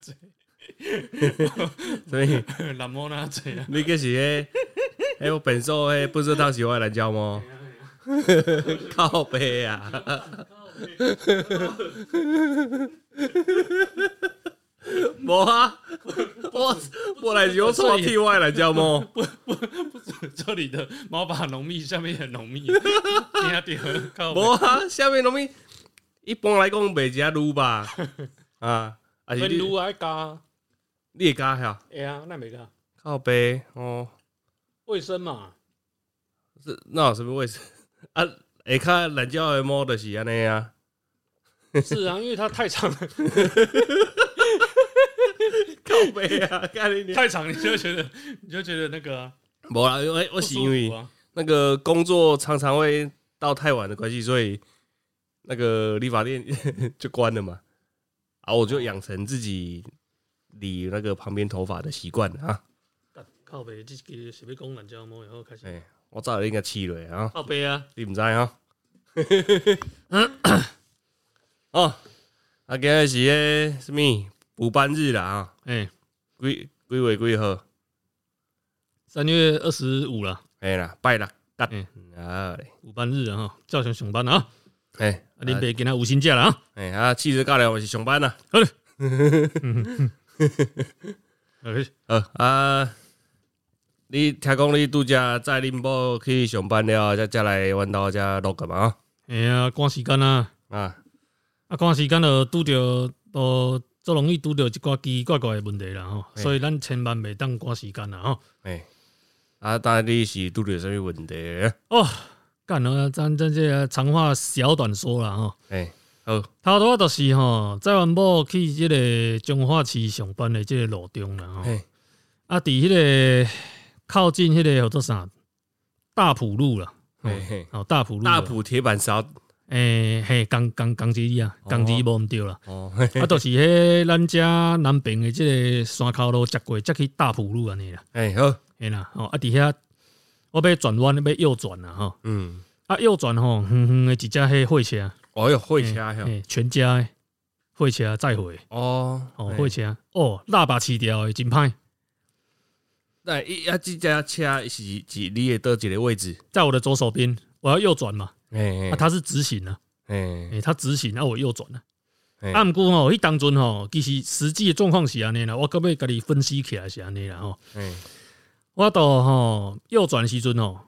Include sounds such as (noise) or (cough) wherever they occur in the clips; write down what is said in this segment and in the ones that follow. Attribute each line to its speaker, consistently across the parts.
Speaker 1: (laughs)
Speaker 2: 所以
Speaker 1: 那么那嘴啊， (laughs)
Speaker 2: 你个是诶、那欸，我本寿诶，不知道是我的蓝椒吗？靠背啊！ (laughs) 无啊，我我来是我错替我的蓝椒吗？
Speaker 1: 这里的猫把浓密，下面也浓 (laughs) 密，听下点靠北
Speaker 2: 无啊，下面农民一般来讲袂食卤吧？啊，还是
Speaker 1: 分
Speaker 2: 你
Speaker 1: 撸还加，
Speaker 2: 你会加晓
Speaker 1: 哎呀，那没加
Speaker 2: 靠背哦？
Speaker 1: 卫生 (laughs) 嘛，
Speaker 2: 这那有什么位置啊？下骹蓝椒的毛就是安尼啊，
Speaker 1: 是啊，因为它太长了， (laughs)
Speaker 2: 靠背啊， (laughs) 干你娘！
Speaker 1: 太长你就觉得你就觉得那个啊
Speaker 2: 无啦，因为我
Speaker 1: 不
Speaker 2: 是
Speaker 1: 舒
Speaker 2: 因为
Speaker 1: 服啊，
Speaker 2: 那个工作常常会到太晚的关系，所以那个理发店 (laughs) 就关了嘛。啊，我就养成自己理那个旁边头发的习惯了啊。
Speaker 1: 干靠北，这个是要讲懒觉猫，然后开始
Speaker 2: 哎、我早就应该试落啊，
Speaker 1: 靠北啊，
Speaker 2: 你毋知啊？ (coughs) 哦，啊，今日是诶什物补班日啦啊？
Speaker 1: 哎，
Speaker 2: 几几月几号？
Speaker 1: 三月二十五了，
Speaker 2: 哎啦，拜六，干、
Speaker 1: 嗯
Speaker 2: 啊嘞，
Speaker 1: 五班日啊，哈，叫熊熊班啊，啊
Speaker 2: 哎、
Speaker 1: 林北给他五星假了啊，
Speaker 2: 哎、啊，汽车教练我是上班啦。
Speaker 1: 哎
Speaker 2: 呃啊，你听讲你拄则载恁某去上班了，才才来阮兜遮录个嘛？
Speaker 1: 哎呀，赶时间啊。
Speaker 2: 哦啊，
Speaker 1: 啊，赶时间就拄着都足容易拄着一寡奇怪怪的问题啦吼，
Speaker 2: 嘿
Speaker 1: 所以咱千万袂当赶时间啦吼。
Speaker 2: 哎、啊，当然你是拄着什物问题？
Speaker 1: 哦，干了，咱咱这个长话小短说啦吼。
Speaker 2: 哎、好，
Speaker 1: 头拄仔就是吼，载阮某去即个彰化市上班的即个路中啦吼
Speaker 2: 嘿、。
Speaker 1: 啊，伫迄、个靠近迄、个叫做啥大埔路啦，
Speaker 2: 嘿、嘿，
Speaker 1: 哦，大埔路啦，
Speaker 2: 大埔铁板烧
Speaker 1: 诶、嘿，港港港基啊，港基无毋对啦。
Speaker 2: 哦，嘿
Speaker 1: 啊，就是迄咱遮南边的即个山口路，接过接去大埔路安尼啦，
Speaker 2: 哎、好，
Speaker 1: 嘿啦，吼啊，伫遐我要转弯，要右转啦吼，
Speaker 2: 嗯，
Speaker 1: 啊右转吼，远远的一只迄货车，
Speaker 2: 哦哟，会车哟、
Speaker 1: 嘿全家的货车载回，
Speaker 2: 哦，
Speaker 1: 哦
Speaker 2: 嘿
Speaker 1: 货，车，哦喇叭饲掉的真歹，
Speaker 2: 那伊啊，即只车是是你的倒一个位置？
Speaker 1: 在我的左手边，我要右转嘛，
Speaker 2: 哎
Speaker 1: 啊它是直行啊，
Speaker 2: 哎
Speaker 1: 诶它直行，啊我右转啊，
Speaker 2: 哎
Speaker 1: 啊毋过吼，迄当阵吼，其实实际的状况是安尼啦，我到尾甲你分析起来是安尼啦吼。
Speaker 2: 哎，
Speaker 1: 我到吼右转的时阵吼，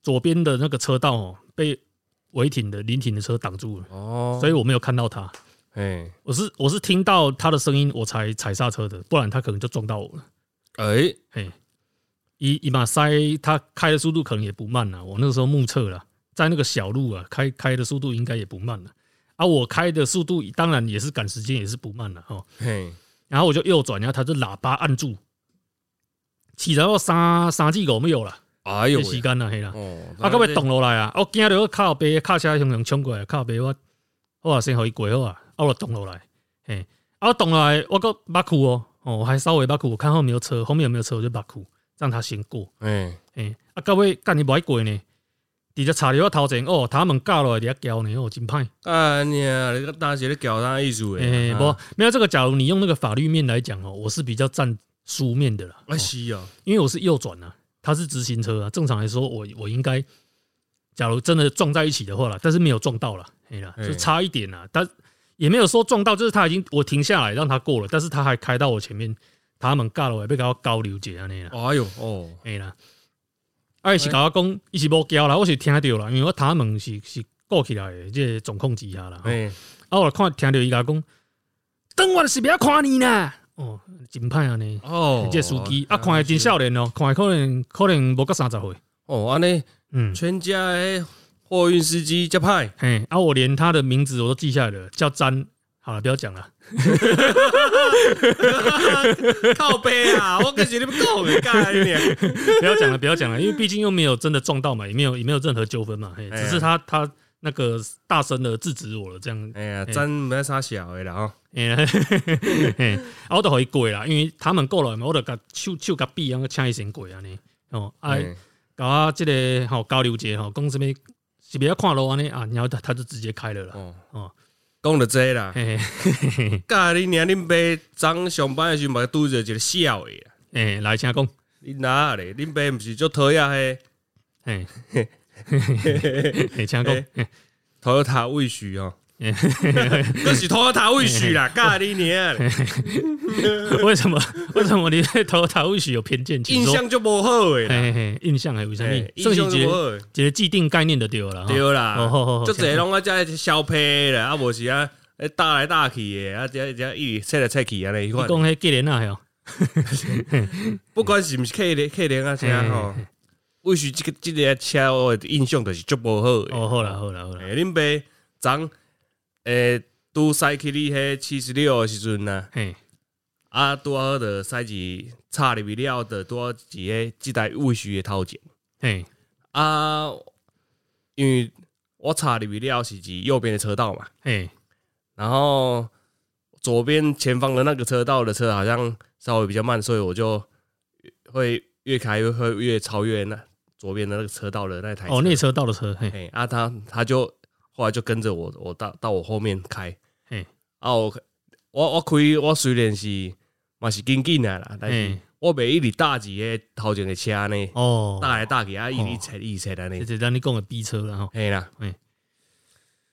Speaker 1: 左边的那个车道哦被违停的临停的车挡住了，
Speaker 2: 哦，
Speaker 1: 所以我没有看到他。
Speaker 2: 哎
Speaker 1: 我是我是听到他的声音我才踩刹车的，不然他可能就撞到我了。
Speaker 2: 哎
Speaker 1: 嘿，一一马塞他开的速度可能也不慢啊了，我那个时候目测了，在那个小路啊开开的速度应该也不慢了。啊，我开的速度当然也是赶时间，也是不慢了哦。
Speaker 2: 嘿，
Speaker 1: 然后我就右转，然后他就喇叭按住，起然后三三 G 狗没有了，
Speaker 2: 哎呦
Speaker 1: 这
Speaker 2: 喂，
Speaker 1: 时间了嘿啦。
Speaker 2: 哦，
Speaker 1: 啊，到尾动落来啊！我惊着我靠背，卡车向向冲过来，靠背我，我也先互伊过好啊，啊我就动落来，嘿，啊我动落来，我个目库哦，哦，我还稍微目库，我看后面有车，后面有没有车，我就目库，让他先过，
Speaker 2: 哎
Speaker 1: 嘿，啊到尾干伊无爱过呢，直接插入我头前，哦，头门架落来伫遐交呢，哦，真歹，
Speaker 2: 啊你啊，你个大姐咧搞啥艺术啊诶？
Speaker 1: 诶、不，没有这个，假如你用那个法律面来讲哦，我是比较站书面的啦，
Speaker 2: 啊是哦，
Speaker 1: 因为我是右转啊，他是直行车啊。正常来说，我我应该，假如真的撞在一起的话啦，但是没有撞到啦，哎啦，
Speaker 2: 哎
Speaker 1: 就差一点啦，但也没有说撞到，就是他已经我停下来让他过了，但是他还开到我前面，他们尬了，我被搞高流解啊那啦，
Speaker 2: 哎呦哦，
Speaker 1: 哎啦，啊，伊是甲我讲，伊是无交啦，我是听到啦，因为我他们是是顾起来的，这个总控之下啦，
Speaker 2: 哎
Speaker 1: 啊，我看听到伊甲我讲，等我是不要看你啦，哦，真歹安尼。
Speaker 2: 哦，
Speaker 1: 这司机啊，看来真少年哦，看来可能可能无到三十岁。
Speaker 2: 哦，安尼
Speaker 1: 嗯，
Speaker 2: 全家诶货运司机
Speaker 1: (laughs)
Speaker 2: 遮歹，
Speaker 1: 嘿，啊，我连他的名字我都记下来了，叫詹。好了，不要讲了。 (laughs)
Speaker 2: 靠背啊，我跟是你们讲诶，干
Speaker 1: (laughs)
Speaker 2: 你娘，
Speaker 1: 不要讲了，不要讲了，因为毕竟又没有真的撞到嘛，也没有也没有任何纠纷嘛，嘿，
Speaker 2: 哎呀
Speaker 1: 只是他他那个大声的制止我了，这样，
Speaker 2: 哎呀，咱毋免啥小诶啦吼，
Speaker 1: 嘿嘿 (laughs) 嘿啊，我都回过啦，因为他们过来嘛，我就甲手手甲臂，然后请伊先过安尼，哦，啊，
Speaker 2: 哎
Speaker 1: 甲我即个吼交流者吼，讲什物是不是要看路安尼啊，然后他他就直接开了啦，
Speaker 2: 哦
Speaker 1: 哦，
Speaker 2: 讲到这啦，
Speaker 1: 嘿嘿
Speaker 2: 甲你娘恁爸昨上班的时候嘛拄着一个痟的啦，
Speaker 1: 嘿，来请讲，
Speaker 2: 你哪咧？恁爸毋是足讨厌迄 (laughs)
Speaker 1: 嘿，嘿，请讲，
Speaker 2: 哎讨厌他畏许哦，
Speaker 1: (laughs) 嘿
Speaker 2: 那是讨厌他畏许啦，甲你啊娘咧，
Speaker 1: 为什么为什么你对头头会许有偏见？请
Speaker 2: 印
Speaker 1: 说，
Speaker 2: 象就无好诶啦，
Speaker 1: 嘿嘿，印象还有啥
Speaker 2: 嘿
Speaker 1: 物？
Speaker 2: 印
Speaker 1: 算是
Speaker 2: 象就
Speaker 1: 一
Speaker 2: 无
Speaker 1: 个
Speaker 2: 好的，
Speaker 1: 一个既定概念就对了啦。吼
Speaker 2: 对
Speaker 1: 哦好好
Speaker 2: 啦
Speaker 1: 好，
Speaker 2: 就这拢啊，遮小屁啦，啊无是啊，诶搭来搭去的，啊遮遮一直切来切去安尼迄
Speaker 1: 你
Speaker 2: 款
Speaker 1: 讲。迄纪连啊，吼，
Speaker 2: 不管是毋是客人客人啊啥吼，或许即个即个啊车我的印象就是足无好的。
Speaker 1: 哦，好啦好啦好啦，
Speaker 2: 诶，恁爸昨诶拄驶去你迄七十六的时阵呐，
Speaker 1: 嘿，
Speaker 2: 啊拄好着驶一插入去了的拄好一个即台位许的头前
Speaker 1: 嘿，
Speaker 2: 啊，因为我插入去了是指右边的车道嘛，
Speaker 1: 嘿，
Speaker 2: 然后左边前方的那个车道的车好像稍微比较慢，所以我就会越开越会越超越那左边的那个车道的那台车。
Speaker 1: 哦，内车到了车，嘿，
Speaker 2: 嘿啊他，他就后来就跟着我，我到到我后面开。
Speaker 1: 嘿，
Speaker 2: 啊我我我开我虽然是嘛是紧紧的啦，但是
Speaker 1: 嘿，
Speaker 2: 我袂一直搭一个头前的车呢，
Speaker 1: 哦，
Speaker 2: 搭来搭去啊，一
Speaker 1: 哦
Speaker 2: 直切一直切的呢
Speaker 1: 这。是咱你讲的逼车啦吼，
Speaker 2: 嘿啦，
Speaker 1: 嗯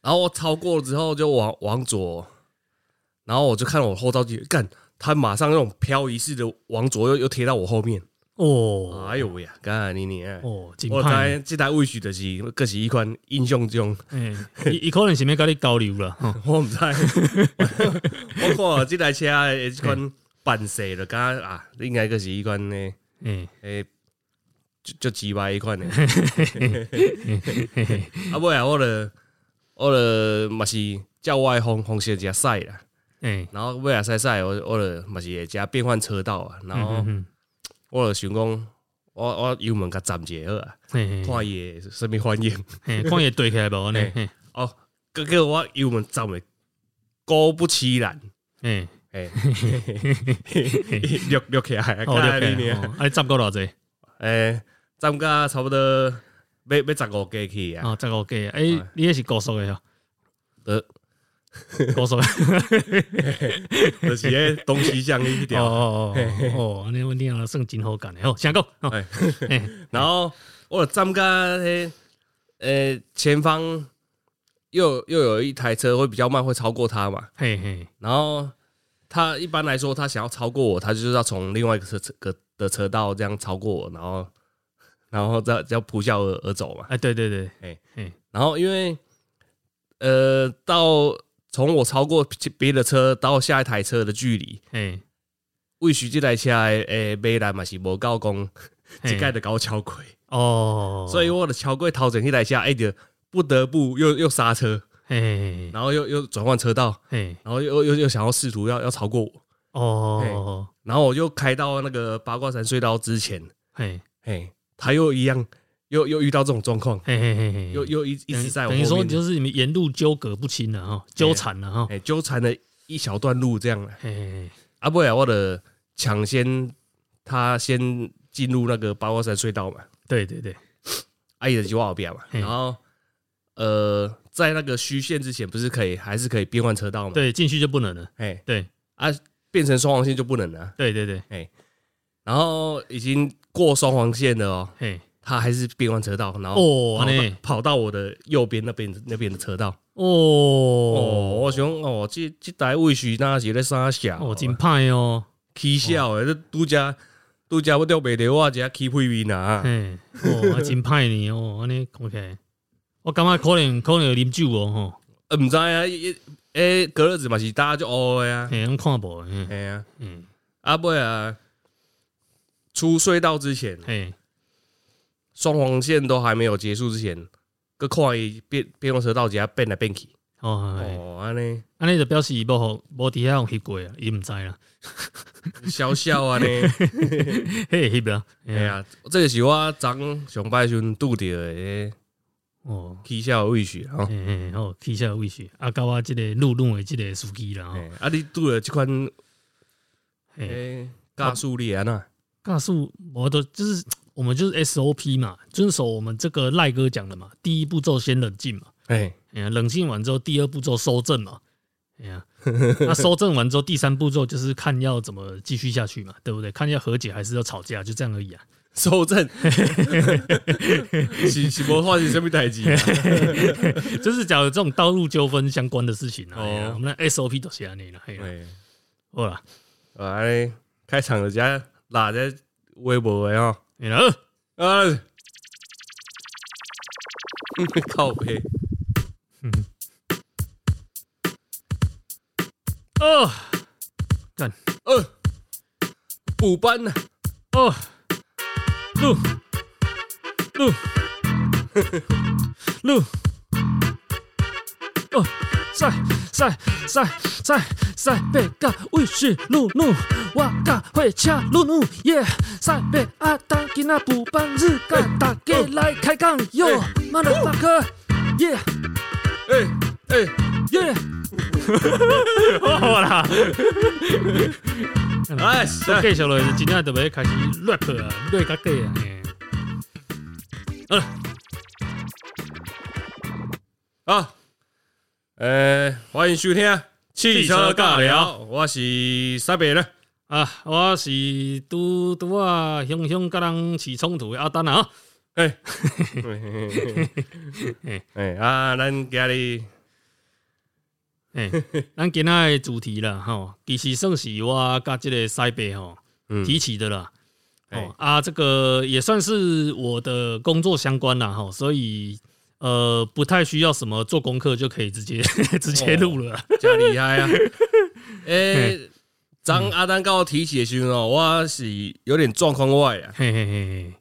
Speaker 2: 然后我超过了之后就往往左，然后我就看我后照镜，干，他马上那种漂移式的往左右又贴到我后面，
Speaker 1: 哦，
Speaker 2: 哎呦喂呀，干你你啊！
Speaker 1: 哦，真
Speaker 2: 我
Speaker 1: 歹
Speaker 2: 知。这台位许就是，各是一款英雄中， (laughs)
Speaker 1: 嘿伊伊可能是要甲你交流啦，吼，
Speaker 2: 我唔知。 (laughs) 我看了这台车的这款版色的，敢啊，应该各是一款呢，
Speaker 1: 嘿，
Speaker 2: 诶，就就几百一款呢。 (laughs) 啊，尾啊，我了，我了，嘛是叫我的方方式加赛啦。
Speaker 1: 嘿，
Speaker 2: 然后未来赛赛，我我了嘛是会加变换车道啊，然后
Speaker 1: 嗯嗯
Speaker 2: 我了想讲，我我油门甲站一下好啊，
Speaker 1: 嗯嘿嘿
Speaker 2: 看伊的什物反应。 (laughs)
Speaker 1: 嘿，看伊对起来无安尼，嘿，
Speaker 2: 哦，哥哥我油门站的，果不其然，
Speaker 1: 嘿， (laughs)
Speaker 2: (laughs) 哎，录录起来，
Speaker 1: 哦，了
Speaker 2: 看
Speaker 1: 解
Speaker 2: 你呢，
Speaker 1: 哦，啊，你十个偌济，
Speaker 2: 哎，站甲差不多要要十五过去啊，
Speaker 1: 哦，十五个，诶，你迄是高速
Speaker 2: (laughs)
Speaker 1: 的吼，哦
Speaker 2: 呃，
Speaker 1: 高速的，
Speaker 2: 就是迄东西向一
Speaker 1: 哦
Speaker 2: 条，
Speaker 1: 哦哦哦，安尼阮听了算真好干的，哦吼，先讲，吼
Speaker 2: 哎
Speaker 1: 嘿，
Speaker 2: 然后我站甲迄呃前方又又有一台车会比较慢，会超过他嘛。
Speaker 1: 嘿嘿，
Speaker 2: 然后他一般来说，他想要超过我，他就是要从另外一个车车个的车道这样超过我，然后然后再要扑啸而而走嘛。
Speaker 1: 哎，对对对，
Speaker 2: 然后因为呃，到从我超过别的车到下一台车的距离，
Speaker 1: 嘿，
Speaker 2: 或许这台车的诶尾来嘛是无够讲
Speaker 1: 嘿
Speaker 2: 一概的高超过，
Speaker 1: 哦，
Speaker 2: 所以我的超过头前那台车，哎、就不得不又又刹车，
Speaker 1: 嘿，嘿
Speaker 2: 然后又又转换车道，
Speaker 1: 嘿，
Speaker 2: 然后又又又想要试图要要超过我。
Speaker 1: 哦，
Speaker 2: 然后我就开到那个八卦山隧道之前，
Speaker 1: 嘿，
Speaker 2: 嘿，他又一样，又又遇到这种状况，
Speaker 1: 嘿嘿嘿嘿，
Speaker 2: 又又一一直在我
Speaker 1: 嗯等于
Speaker 2: 后
Speaker 1: 说
Speaker 2: 面，
Speaker 1: 就是你们沿路纠葛不清了哈，纠缠了哈，
Speaker 2: 哎，纠缠了一小段路这样了。
Speaker 1: 嘿嘿，嘿
Speaker 2: 啊，不然我的抢先他先进入那个八卦山隧道嘛，
Speaker 1: 对对对，
Speaker 2: 啊，也就我后边嘛，
Speaker 1: 嘿
Speaker 2: 然后呃，在那个虚线之前，不是可以还是可以变换车道嘛？，
Speaker 1: 对，进去就不能了，
Speaker 2: 哎，
Speaker 1: 对
Speaker 2: 啊，变成双黄线就不能了啊，
Speaker 1: 对对对，
Speaker 2: 然后已经过双黄线了哦，
Speaker 1: 嘿，
Speaker 2: 他还是变换车道，然后
Speaker 1: 哦，
Speaker 2: 跑
Speaker 1: 安
Speaker 2: 到
Speaker 1: 尼，
Speaker 2: 跑到我的右边那边那边的车道。哦，
Speaker 1: 哦，
Speaker 2: 我想哦，这这台位许那是咧啥小？
Speaker 1: 哦，真歹哦，
Speaker 2: 起笑诶！这拄则拄则我钓袂着，我只起屁面啊！
Speaker 1: 嘿，哦，啊真歹呢，哦，安尼看起来，我感觉可能可能有啉酒哦，吼，
Speaker 2: 呃毋知啊，一诶，隔日子嘛是大家就乌诶啊，
Speaker 1: 嘿，咱看无，嘿，
Speaker 2: 哎啊，
Speaker 1: 嗯，
Speaker 2: 啊尾啊，出隧道之前，
Speaker 1: 嘿，
Speaker 2: 双黄线都还没有结束之前，搁看伊变变用车道，只变来变去。
Speaker 1: 哦，嘿
Speaker 2: 哦，安尼
Speaker 1: 安尼就表示伊无互无伫遐互翕过啊，伊毋知啦，
Speaker 2: 笑笑 (laughs) 安尼。
Speaker 1: 嘿，翕啦，
Speaker 2: 哎
Speaker 1: 嘿，啊
Speaker 2: 呀，这个是我昨上班的时阵拄着诶
Speaker 1: 哦。
Speaker 2: 起笑的位许吼。
Speaker 1: 嘿嘿，好，气下位置，啊，甲我即个路怒的即个司机啦，吼
Speaker 2: 嘿，啊，你拄着即款
Speaker 1: 嘿，
Speaker 2: 诶加速力安呐？
Speaker 1: 尬数我都就是我们就是 SOP 嘛，遵守我们这个赖哥讲的嘛，第一步骤先冷静嘛，
Speaker 2: 哎，
Speaker 1: 哎呀，冷静完之后，第二步骤收正嘛，哎呀， (laughs) 那收正完之后，第三步骤就是看要怎么继续下去嘛，对不对？看要和解还是要吵架，就这样而已啊。 (laughs)
Speaker 2: 收 (laughs) 正，是是无发生什么代志、啊？
Speaker 1: 就是假如这种道路纠纷相关的事情啊，哎呀
Speaker 2: 哦
Speaker 1: 我们的 SOP 都写在那了。嘿啦
Speaker 2: 哎，
Speaker 1: 好啦，
Speaker 2: 啊，安尼开场就遮拉遮微博的吼，
Speaker 1: 哎呀，呃
Speaker 2: 啊， (laughs) 靠背，
Speaker 1: 哦
Speaker 2: 呃，补班呐、
Speaker 1: 哦，录录录，哦，赛赛赛赛赛贝嘎卫士路怒，我嘎会恰路怒耶，赛贝阿当吉那补班日干，大家来开杠哟
Speaker 2: 哎
Speaker 1: ，motherfucker 耶
Speaker 2: 哎哎、
Speaker 1: 耶，好啦。
Speaker 2: 哎，是啊
Speaker 1: 继续落去，真正就要开始 rap 啊，rap 到底啊。嘿好了，
Speaker 2: 啊，呃，欢迎收听汽
Speaker 1: 车
Speaker 2: 车尬
Speaker 1: 尬
Speaker 2: 聊
Speaker 1: 聊，
Speaker 2: 我是塞北人，
Speaker 1: 啊，我是拄拄啊，雄雄甲人起冲突的阿丹啊，
Speaker 2: 哎，哎啊，咱今日
Speaker 1: (laughs) 嘿，咱今仔的主题啦，吼，其实算是我甲即个西北吼
Speaker 2: 嗯
Speaker 1: 提起的啦，
Speaker 2: 哎
Speaker 1: 哦啊，这个也算是我的工作相关啦，吼，所以呃，不太需要什么做功课就可以直接 (laughs) 直接录了，
Speaker 2: 真厉害
Speaker 1: (laughs)
Speaker 2: 啊！诶，张阿丹跟我提起的时候哦，我是有点状况外啊，
Speaker 1: 嘿嘿嘿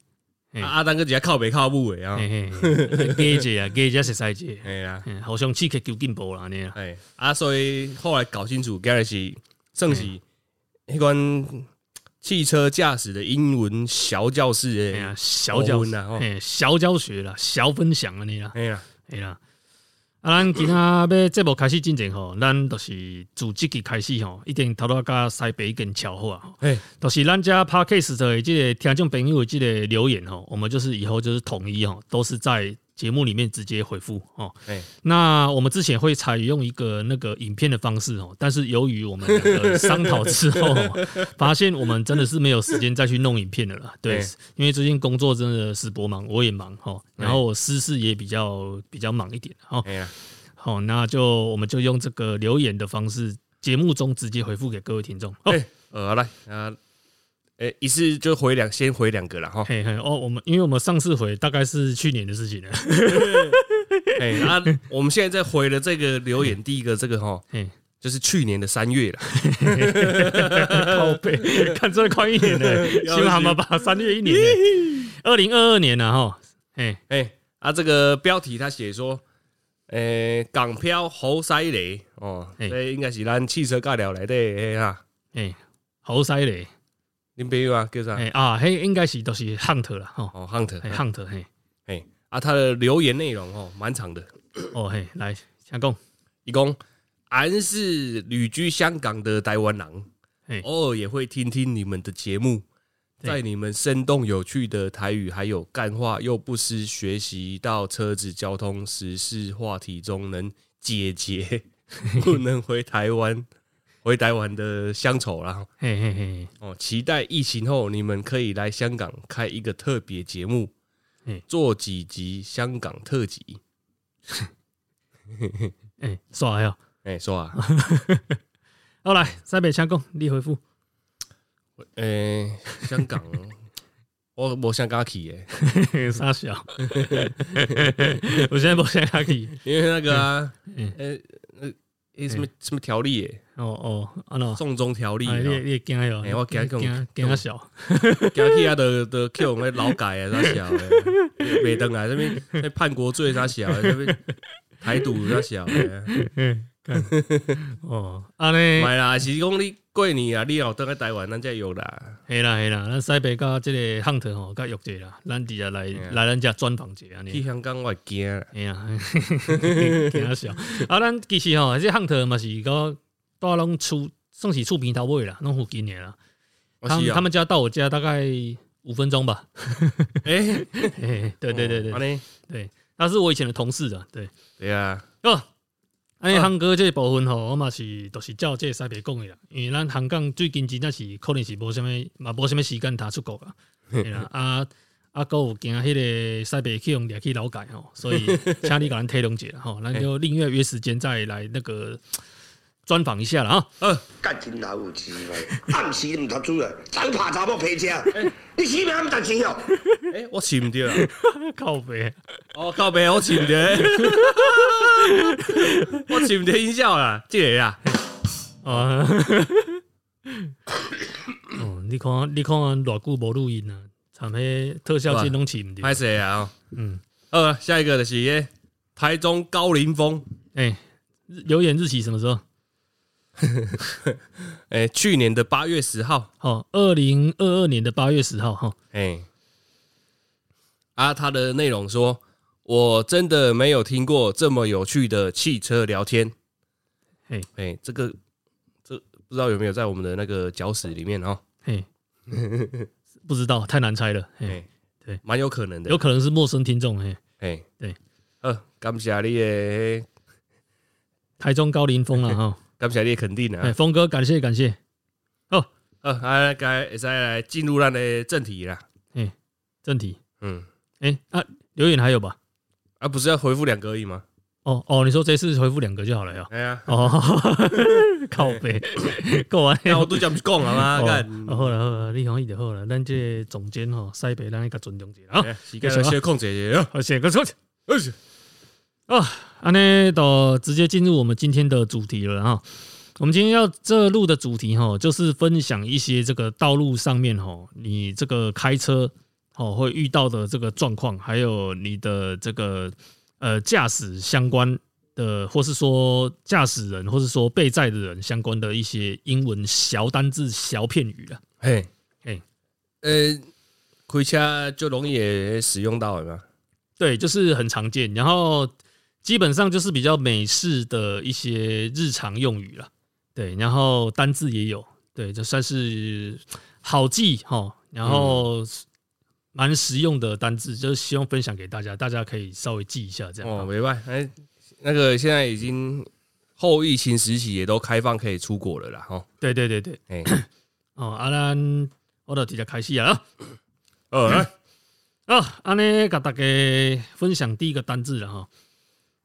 Speaker 1: 嘿
Speaker 2: 啊阿丹个只靠北靠母的啊，
Speaker 1: 嘿嘿嘿，加者 (laughs) 啊，加者是西者。
Speaker 2: 哎呀，
Speaker 1: 嗯，互相刺激求进步啦，安尼啦。
Speaker 2: 哎啊，所以后来搞清楚，今日是算是迄款汽车驾驶的英文小教室
Speaker 1: 哎
Speaker 2: 的
Speaker 1: 呀，小教
Speaker 2: 学问啊吼
Speaker 1: 哎，小教学啦，小分享安尼啦，
Speaker 2: 哎呀，
Speaker 1: 哎啦。啊，咱今仔要节目开始进前吼，咱就是自即期开始吼，一定头拄甲西北已经超好啊。吼
Speaker 2: 哎。
Speaker 1: 就是咱家 podcast 的即个听众朋友的即个留言吼，我们就是以后就是统一吼，都是在节目里面直接回复哦。
Speaker 2: 哎
Speaker 1: 那我们之前会采用一个那个影片的方式哦，但是由于我们两个商讨之后，发现我们真的是没有时间再去弄影片了啦。对
Speaker 2: 对，
Speaker 1: 因为最近工作真的是博忙，我也忙哈，然后我私事也比较比较忙一点哦。
Speaker 2: 哎呀，
Speaker 1: 好，那就我们就用这个留言的方式，节目中直接回复给各位听众。哦，
Speaker 2: 哎，呃，来啊，哎，一次就回两，先回两个了哈。
Speaker 1: 嘿嘿，哦，我们因为我们上次回大概是去年的事情了。
Speaker 2: 哎，啊，我们现在在回的这个留言，第一个这个哈，
Speaker 1: 嘿，
Speaker 2: 就是去年的三月了。
Speaker 1: 靠背，
Speaker 2: (laughs)
Speaker 1: 看真的快一年了，起码嘛吧，三月一年了，二零二二年了哈。嘿，
Speaker 2: 哎，啊，这个标题他写说，哎，港漂猴塞雷哦，
Speaker 1: 哎
Speaker 2: 这应该是咱汽车尬聊来的哎哈，
Speaker 1: 哎，好犀利！
Speaker 2: 林朋友啊，叫啥？
Speaker 1: 哎啊，嘿，应该是都是 hunt 啦吼，
Speaker 2: 哦
Speaker 1: 嘿
Speaker 2: ，Hunt，
Speaker 1: hunt 嘿，
Speaker 2: 哎，啊，他的留言内容哦，蛮长的。
Speaker 1: 哦嘿，来，请讲，
Speaker 2: 一共俺是旅居香港的台湾人
Speaker 1: 嘿，
Speaker 2: 偶尔也会听听你们的节目，
Speaker 1: 对
Speaker 2: 在你们生动有趣的台语还有干话，又不失学习到车子交通时事话题中，能
Speaker 1: (laughs)
Speaker 2: 解决不能回台湾回台湾的乡愁啦。
Speaker 1: 嘿嘿嘿，
Speaker 2: 哦，期待疫情后你们可以来香港开一个特别节目
Speaker 1: 嘿，
Speaker 2: 做几集香港特辑。
Speaker 1: 哎，刷哟，
Speaker 2: 哎、说啊。
Speaker 1: 好来，西北请讲，你回
Speaker 2: (laughs)
Speaker 1: 复，
Speaker 2: 诶、香港，哦 (laughs) 我无香港去诶，
Speaker 1: 傻笑， (laughs) 我现在不想下去，
Speaker 2: 因为那个啊，
Speaker 1: 嗯
Speaker 2: 诶、呃，诶、什么什么条例诶，
Speaker 1: 哦哦，安喏，
Speaker 2: 送中条例，
Speaker 1: 哎，你
Speaker 2: 哦
Speaker 1: 你惊哟，
Speaker 2: 哎我怕讲
Speaker 1: 惊惊啊笑，
Speaker 2: 行去啊，都都叫我们劳改啊，啥小诶，袂当来这边那叛国罪啥小诶，这边台独
Speaker 1: (laughs)
Speaker 2: 啥小诶，
Speaker 1: 嗯，干哦，安尼。
Speaker 2: 买啦，是讲你过年啊，你若有当来台湾，咱才有啦，
Speaker 1: 系啦系啦，咱西北甲即个汉特吼，甲玉姐啦，咱伫遮来
Speaker 2: 啊
Speaker 1: 来咱遮专访者安
Speaker 2: 去
Speaker 1: 尼。
Speaker 2: 香港我会惊啦，
Speaker 1: 哎呀， (laughs) 惊笑！啊，咱其实吼，这汉特嘛是个大拢厝，算是厝边头尾啦，拢附近的啦。
Speaker 2: 我
Speaker 1: 他
Speaker 2: 是
Speaker 1: 们他
Speaker 2: 啊，
Speaker 1: 们家到我家大概五分钟吧。
Speaker 2: 哦诶，哦
Speaker 1: 嘿嘿对对对对
Speaker 2: 安尼，
Speaker 1: 他是我以前的同事啊。对
Speaker 2: 对啊，
Speaker 1: 哦，安尼韩国这部分吼，我嘛是都是照这西北讲的啦，因为咱韩港最近真正是可能是无啥物，嘛无啥物时间他出 (laughs) 国啦，嘿啦啊啊，还有惊迄个西北去用掠去劳改吼，所以 (laughs) 请你甲咱体谅一下吼，咱就另外约时间再来那个专访一下啦啊。
Speaker 3: 干真老有钱嘛！暗时毋读书嘞，早拍查某皮车，啊你死命毋读书哦！
Speaker 2: 哎、我饲毋着啊！
Speaker 1: 靠北，
Speaker 2: 哦，靠背，我饲毋着， (laughs) 我饲毋着音效啦，即、个啦，
Speaker 1: 啊！ (laughs) 哦，你看，你看，偌久无录音啊，参迄特效机拢起毋对。
Speaker 2: 拍谁啊？哦
Speaker 1: 嗯，
Speaker 2: 呃，下一个就是耶，台中高凌风，
Speaker 1: 哎、日留言日期什么时候？
Speaker 2: 哎、去年的八月十号，
Speaker 1: 好，二零二二年的八月十号哈。
Speaker 2: 哎、啊，他的内容说，我真的没有听过这么有趣的汽车聊天。
Speaker 1: 嘿，
Speaker 2: 哎、这个这不知道有没有在我们的那个脚史里面哦？
Speaker 1: 嘿，不知道，太难猜了。
Speaker 2: 哎、
Speaker 1: 嘿，对
Speaker 2: 蛮有可能的
Speaker 1: 有。可能是陌生听众。嘿，
Speaker 2: 哎、
Speaker 1: 对，
Speaker 2: 呃，感谢你的，
Speaker 1: 台中高林峰了哈。
Speaker 2: 感谢你的肯定
Speaker 1: 哎，
Speaker 2: 啊。
Speaker 1: 峰哥，感谢感谢。
Speaker 2: 呃，啊，该会使来进入咱的正题啦。
Speaker 1: 正题，
Speaker 2: 嗯，
Speaker 1: 哎、啊，留言还有吧？
Speaker 2: 啊，不是要回复两个而已吗？
Speaker 1: 哦哦，你说这次回复两个就好了呀？
Speaker 2: 哎呀，
Speaker 1: 哦，靠北，够完
Speaker 2: 那
Speaker 1: 了
Speaker 2: 我。都讲不是讲了吗？干
Speaker 1: 哦，好啦好啦，你欢喜就好啦。咱这个总监吼，西北咱个尊重一下啊。
Speaker 2: 哎时间先控制一下啊。
Speaker 1: 好，谢个错。
Speaker 2: 哎是
Speaker 1: 安尼都啊直接进入我们今天的主题了哈。我们今天要这录的主题哈，就是分享一些这个道路上面哈，你这个开车哦会遇到的这个状况，还有你的这个呃驾驶相关的，或是说驾驶人，或是说被载的人相关的一些英文小单字、小片语啊了。
Speaker 2: 嘿，
Speaker 1: 嘿
Speaker 2: 嘿，哎呃，开车就容易也使用到嘛。
Speaker 1: 对，就是很常见，然后基本上就是比较美式的一些日常用语了。对，然后单字也有，对，这算是好记哈，然后蛮实用的单字，就是希望分享给大家，大家可以稍微记一下这样。
Speaker 2: 哦，没办法，哎，那个现在已经后疫情时期也都开放可以出国了啦， (coughs) 哈。
Speaker 1: 对对对对，
Speaker 2: 哎，
Speaker 1: 哦，啊，咱我就直接开始啊。
Speaker 2: 呃，来
Speaker 1: 好，安尼甲大家分享第一个单字了哈，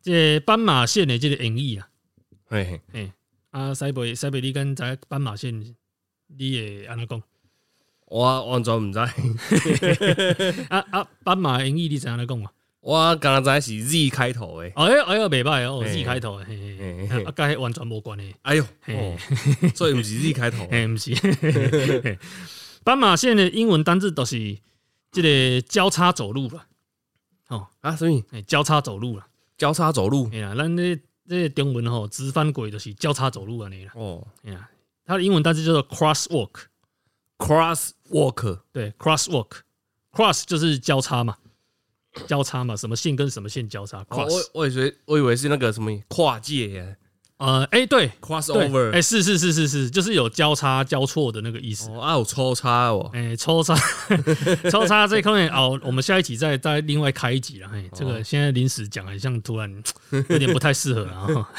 Speaker 1: 这个斑马线的这个音译啊。
Speaker 2: 嘿嘿，
Speaker 1: 嘿，啊，西北西北，你敢知斑马线，你会安怎
Speaker 2: (laughs)
Speaker 1: 讲？
Speaker 2: 我完全唔知，
Speaker 1: 啊啊，斑马的英语你知安怎讲嘛？
Speaker 2: 我刚才是 Z 开头诶。
Speaker 1: 哦，哎哎呦，袂歹哦，
Speaker 2: 嘿
Speaker 1: 字开头的，嘿嘿
Speaker 2: 嘿
Speaker 1: 嘿，啊，甲迄完全无关系，
Speaker 2: 哎呦，
Speaker 1: 嘿
Speaker 2: 哦，所以唔是 Z 开头，
Speaker 1: 嘿，毋是。嘿斑马线的英文单字都是即个交叉走路啦，
Speaker 2: 啊，所以
Speaker 1: 嘿交叉走路啦，
Speaker 2: 交叉走路，
Speaker 1: 哎啦，咱这这中文吼直翻轨就是交叉走路安尼啦，
Speaker 2: 哦
Speaker 1: 哎呀，它的英文单字叫做 crosswalk，
Speaker 2: ，cross walk，
Speaker 1: 对，crosswalk，cross 就是交叉嘛，交叉嘛，什么线跟什么线交叉
Speaker 2: 哦
Speaker 1: ，cross。
Speaker 2: 我我以为我以为是那个什么跨界耶
Speaker 1: 呃，哎、对
Speaker 2: ，cross
Speaker 1: 对，哎、
Speaker 2: over，
Speaker 1: 是是是是是，就是有交叉交错的那个意思。
Speaker 2: 哦，啊有抽插哦，
Speaker 1: 哎、抽插， (laughs) 抽插这可能哦，我们下一集再再另外开一集了。哎、这
Speaker 2: 哦
Speaker 1: 个现在临时讲，好像突然有点不太适合了啊。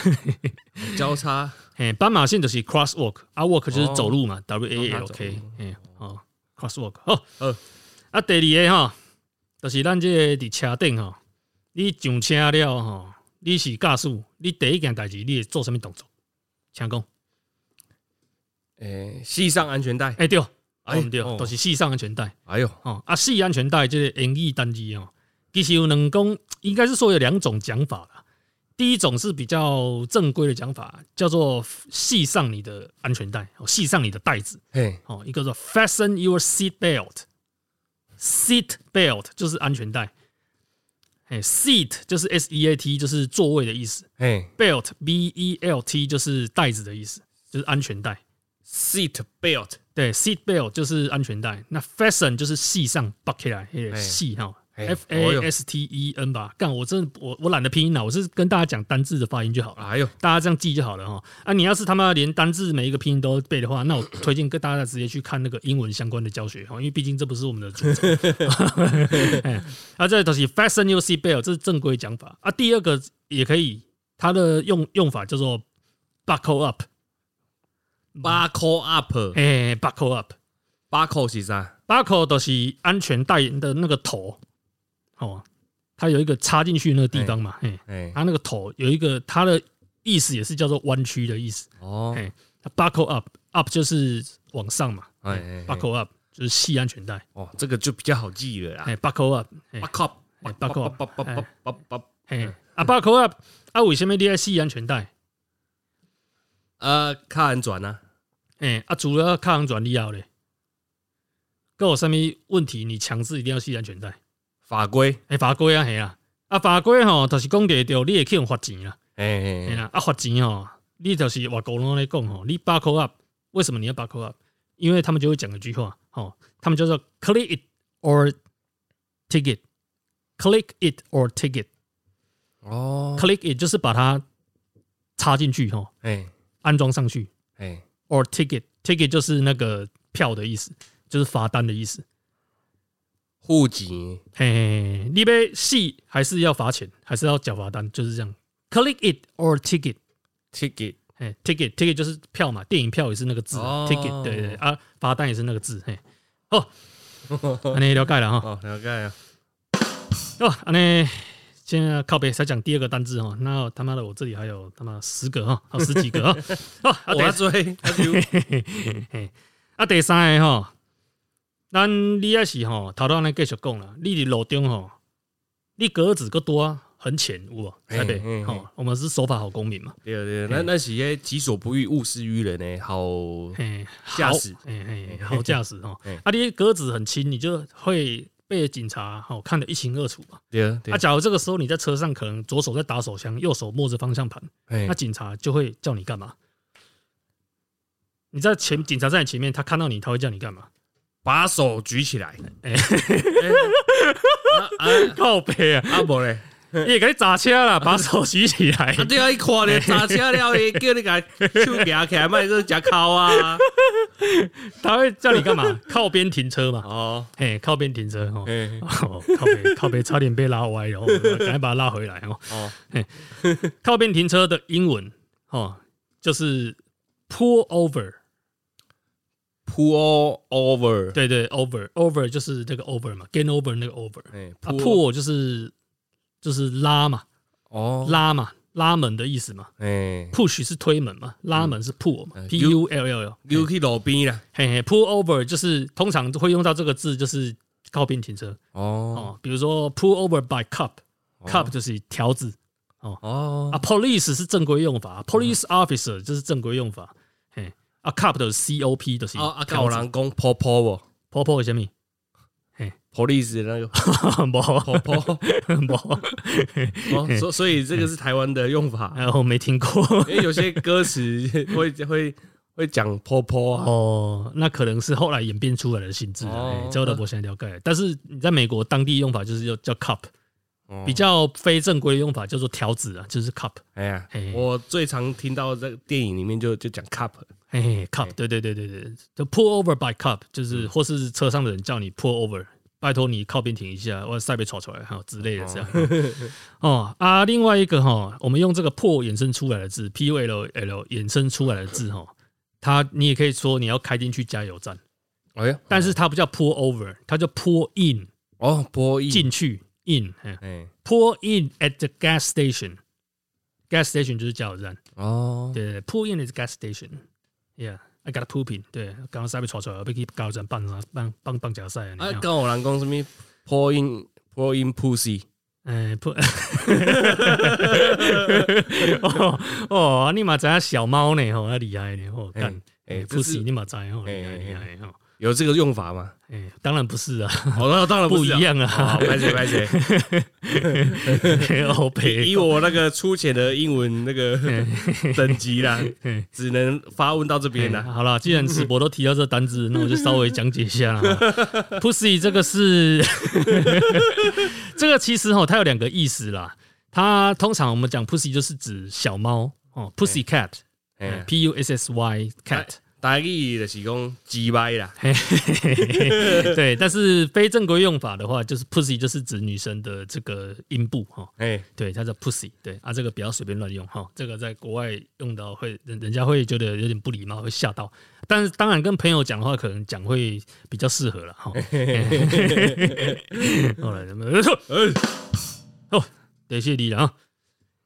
Speaker 2: 交叉，
Speaker 1: 哎、斑马线就是 cross walk，啊 walk 就是走路嘛、w A
Speaker 2: 哦
Speaker 1: L
Speaker 2: 走
Speaker 1: K，
Speaker 2: 路
Speaker 1: 哎、哦 cross walk 哦，
Speaker 2: 呃，
Speaker 1: 啊第二个哈，就是咱这个伫车顶吼，你上车了吼，你是驾驶，你第一件代志你会做什么动作？请讲。
Speaker 2: 诶，系上安全带，
Speaker 1: 哎、对，
Speaker 2: 哎
Speaker 1: 哎、对，
Speaker 2: 哦
Speaker 1: 都是系上安全带
Speaker 2: 哎呦，
Speaker 1: 哦。啊，系安全带这个英译单字哦，其实有两种，应该是说有两种讲法啦。第一种是比较正规的讲法，叫做系上你的安全带，哦，系上你的带子
Speaker 2: 嘿，
Speaker 1: 哦。一个叫做 fasten your seat belt，seat belt 就是安全带，哎，seat 就是 s e a t 就是座位的意思
Speaker 2: 嘿
Speaker 1: ，belt b e l t 就是带子的意思，就是安全带。
Speaker 2: ，seat belt，
Speaker 1: 对，seat belt 就是安全带，那 fasten 就是系上绑起来，那个
Speaker 2: 哎
Speaker 1: 系哈
Speaker 2: 哎
Speaker 1: ，f
Speaker 2: 哦
Speaker 1: a
Speaker 2: 哟
Speaker 1: s t e n 吧。干，我真的我我懒得拼音啊了，我是跟大家讲单字的发音就好了，
Speaker 2: 哎呦，
Speaker 1: 大家这样记就好了哈。啊，你要是他妈连单字每一个拼音都背的话，那我推荐跟大家直接去看那个英文相关的教学哈，因为毕竟这不是我们的主轴。 (laughs) 哎啊，这个东西 fasten your seat belt 这是正规讲法啊。第二个也可以，它的用用法叫做 buckle up，
Speaker 2: 八扣 up，
Speaker 1: 哎、b u c k l e up。
Speaker 2: 八扣是啥？
Speaker 1: 巴口都是安全带的那个头，哦，它有一个插进去那个地方嘛，嘿，
Speaker 2: 哎，
Speaker 1: 它那个头有一个它的意思也是叫做弯曲的意思，
Speaker 2: 哦，
Speaker 1: 哎，buckle up up 就是往上嘛，
Speaker 2: 哎
Speaker 1: 哎
Speaker 2: 哎
Speaker 1: ，buckle up 就是系安全带，
Speaker 2: 哦，这个就比较好记了啦。
Speaker 1: 哎，buckle up，哎
Speaker 2: 八扣，
Speaker 1: 哎，buckle up，
Speaker 2: 八八八八八八，
Speaker 1: 嘿，啊，buckle up 啊，为什么你要系安全带？
Speaker 2: 呃，卡安转啊，
Speaker 1: 哎，啊，除了靠人转力要嘞，跟我什么问题？你强制一定要系安全带？
Speaker 2: 法规，
Speaker 1: 哎，法规啊，嘿啊，啊，法规吼，就是讲得着你会去用罚钱啦。
Speaker 2: 哎哎
Speaker 1: 哎
Speaker 2: 哎，
Speaker 1: 啦，啊罚钱吼，你就是外国人咧讲吼，你 buckle up，为什么你要 buckle up？因为他们就会讲一句话，吼，他们叫做 click it or ticket。click it or ticket。
Speaker 2: 哦，
Speaker 1: click it 就是把它插进去吼，
Speaker 2: 哎
Speaker 1: 安装上去
Speaker 2: 哎，
Speaker 1: ，or ticket ticket 就是那个票的意思，就是罚单的意思。
Speaker 2: 户籍，
Speaker 1: 嘿嘿，嘿你被戏还是要罚钱，还是要缴罚单，就是这样。click it or ticket。
Speaker 2: ticket
Speaker 1: 哎，ticket ticket 就是票嘛，电影票也是那个字、
Speaker 2: 哦
Speaker 1: t i c k e t 对对啊，罚单也是那个字，嘿，哦，安尼了解了哈，
Speaker 2: 哦，了解啊，
Speaker 1: 哦，安尼现在靠北才讲第二个单字哈，那他妈的我这里还有他妈十个哈，还有十几个啊，哦，啊
Speaker 2: 我要
Speaker 1: 第
Speaker 2: 追，阿丢，
Speaker 1: 嘿嘿嘿啊第三个哈，咱你也是吼，头头安尼继续讲啦，你伫路中吼，你格子个多啊很浅有无？
Speaker 2: 嘿
Speaker 1: 台北
Speaker 2: 嘿嘿
Speaker 1: 吼，我们是守法好公民嘛，
Speaker 2: 对对，那那是些己所不欲，勿施于人呢，好，
Speaker 1: 哎，
Speaker 2: 驾
Speaker 1: 好
Speaker 2: 驶
Speaker 1: 哎哎，好驾驶哦
Speaker 2: 哎。
Speaker 1: 啊，你格子很轻，你就会被警察哦看得一清二楚嘛。
Speaker 2: 对啊对
Speaker 1: 啊，，假如这个时候你在车上，可能左手在打手枪，右手摸着方向盘，
Speaker 2: 哎
Speaker 1: 那警察就会叫你干嘛？你在前，警察在你前面，他看到你，他会叫你干嘛？
Speaker 2: 把手举起来，
Speaker 1: 哎
Speaker 2: 哎，哎啊
Speaker 1: 靠背啊，
Speaker 2: 啊啊，无嘞。
Speaker 1: 也给你砸车啦，把手举起来
Speaker 2: 啊，。对啊，一看咧，砸车了，伊叫你甲手举起来，莫说食烤啊。
Speaker 1: 他会叫你干嘛？靠边停车嘛。
Speaker 2: 哦，
Speaker 1: 哎，靠边停车哦。
Speaker 2: 嘿
Speaker 1: 哦靠边，靠边，差点被拉歪了，哦赶快把他拉回来哦。
Speaker 2: 哦，
Speaker 1: 靠边停车的英文哦，就是 pull over，
Speaker 2: pull over，
Speaker 1: 对对，over over 就是那个 over 嘛，gain over 那个 over，
Speaker 2: 哎
Speaker 1: 啊 pull 就是就是拉嘛，
Speaker 2: 哦，
Speaker 1: 拉嘛，拉门的意思嘛
Speaker 2: 哎，
Speaker 1: ，push 是推门嘛，拉门是 pull 嘛
Speaker 2: 嗯
Speaker 1: ，p u l l l，
Speaker 2: 溜去路边啦。
Speaker 1: 嘿嘿，pull over 就是通常会用到这个字，就是靠边停车
Speaker 2: 哦
Speaker 1: 哦，比如说 pull over by cup，cup
Speaker 2: 哦
Speaker 1: 就是条子。啊
Speaker 2: 哦，
Speaker 1: ，police 是正规用
Speaker 2: 嗯
Speaker 1: 法，police officer 就是正规用法。嘿，啊，cop 的 cop 的是
Speaker 2: 啊啊，有人讲婆婆哦
Speaker 1: 婆婆什么？ (laughs)
Speaker 2: ，police 那个
Speaker 1: 无
Speaker 2: 婆
Speaker 1: (laughs)
Speaker 2: 婆。
Speaker 1: 无，
Speaker 2: (laughs) 哦，所所以这个是台湾的用法，
Speaker 1: 哎，我没听过。
Speaker 2: (laughs) 因为有些歌词会会会讲婆婆
Speaker 1: (laughs)
Speaker 2: 啊。
Speaker 1: 哦，那可能是后来演变出来的性质啊
Speaker 2: 哦
Speaker 1: 哎，这个我现在了解。但是你在美国当地用法就是叫叫 cop，
Speaker 2: 哦
Speaker 1: 比较非正规的用法叫做条子啊，就是 cop。
Speaker 2: 哎呀
Speaker 1: 嘿，
Speaker 2: 我最常听到在电影里面就就讲 cup，
Speaker 1: 嘿嘿，cup，对对对对对，就 pull over by cup，就是或是车上的人叫你 pull over，拜托你靠边停一下，我塞被吵出来哈之类的这样。哦啊，另外一个哈，我们用这个 pull 衍生出来的字，p u l l 衍生出来的字哈，它你也可以说你要开进去加油站，
Speaker 2: 哎呀，
Speaker 1: 但是它不叫 pull over，它叫 pull in
Speaker 2: 哦，波音，
Speaker 1: 进去 in，嗯
Speaker 2: 哎，
Speaker 1: ，pull in at the gas station。Gas station 就是加油站，
Speaker 2: 哦，
Speaker 1: 对对，pull in is gas 啊 station。Yeah, I got a poop in。对，刚刚塞被抓出来，我被去高站棒啊，棒棒棒夹赛
Speaker 2: 啊，
Speaker 1: 啊！
Speaker 2: 跟我人讲什么破音破音 pussy，
Speaker 1: 哎，put，哦哦，你嘛知影小猫呢？吼，啊厉害呢！吼，干，
Speaker 2: 哎
Speaker 1: 哎，
Speaker 2: 这
Speaker 1: 不
Speaker 2: 是
Speaker 1: 是你嘛知道吼，厉害
Speaker 2: 哎
Speaker 1: 厉害吼！
Speaker 2: 有这个用法吗？
Speaker 1: 哎，当然不是啊， (laughs)
Speaker 2: 哦，那当然
Speaker 1: 不一
Speaker 2: 是啊
Speaker 1: 样
Speaker 2: 哦 (laughs)
Speaker 1: 啊，
Speaker 2: 拍谁拍谁，
Speaker 1: 欧
Speaker 2: 以
Speaker 1: 北。
Speaker 2: 我那个粗浅的英文那个等级啦，只能发问到这边
Speaker 1: 哎
Speaker 2: 啦。
Speaker 1: 好了，既然直播都提到这单字，那我就稍微讲解一下啦。哈 Pussy 这个是， (laughs) 这个其实哈，它有两个意思啦。它通常我们讲 Pussy 就是指小猫哦，Pussy cat，P
Speaker 2: 哎，
Speaker 1: U S S Y cat，
Speaker 2: 台语就是讲鸡掰啦，
Speaker 1: 嘿嘿嘿嘿嘿 (laughs) 对，但是非正规用法的话，就是 pussy 就是指女生的这个阴部哦哈，
Speaker 2: 哎，
Speaker 1: 对，它叫 pussy，对啊，这个不要随便乱用哈，这个在国外用到会人人家会觉得有点不礼貌，会吓到。但是当然跟朋友讲的话，可能讲会比较适合了哈。 (laughs) 好了，咱们好，得谢你了啊，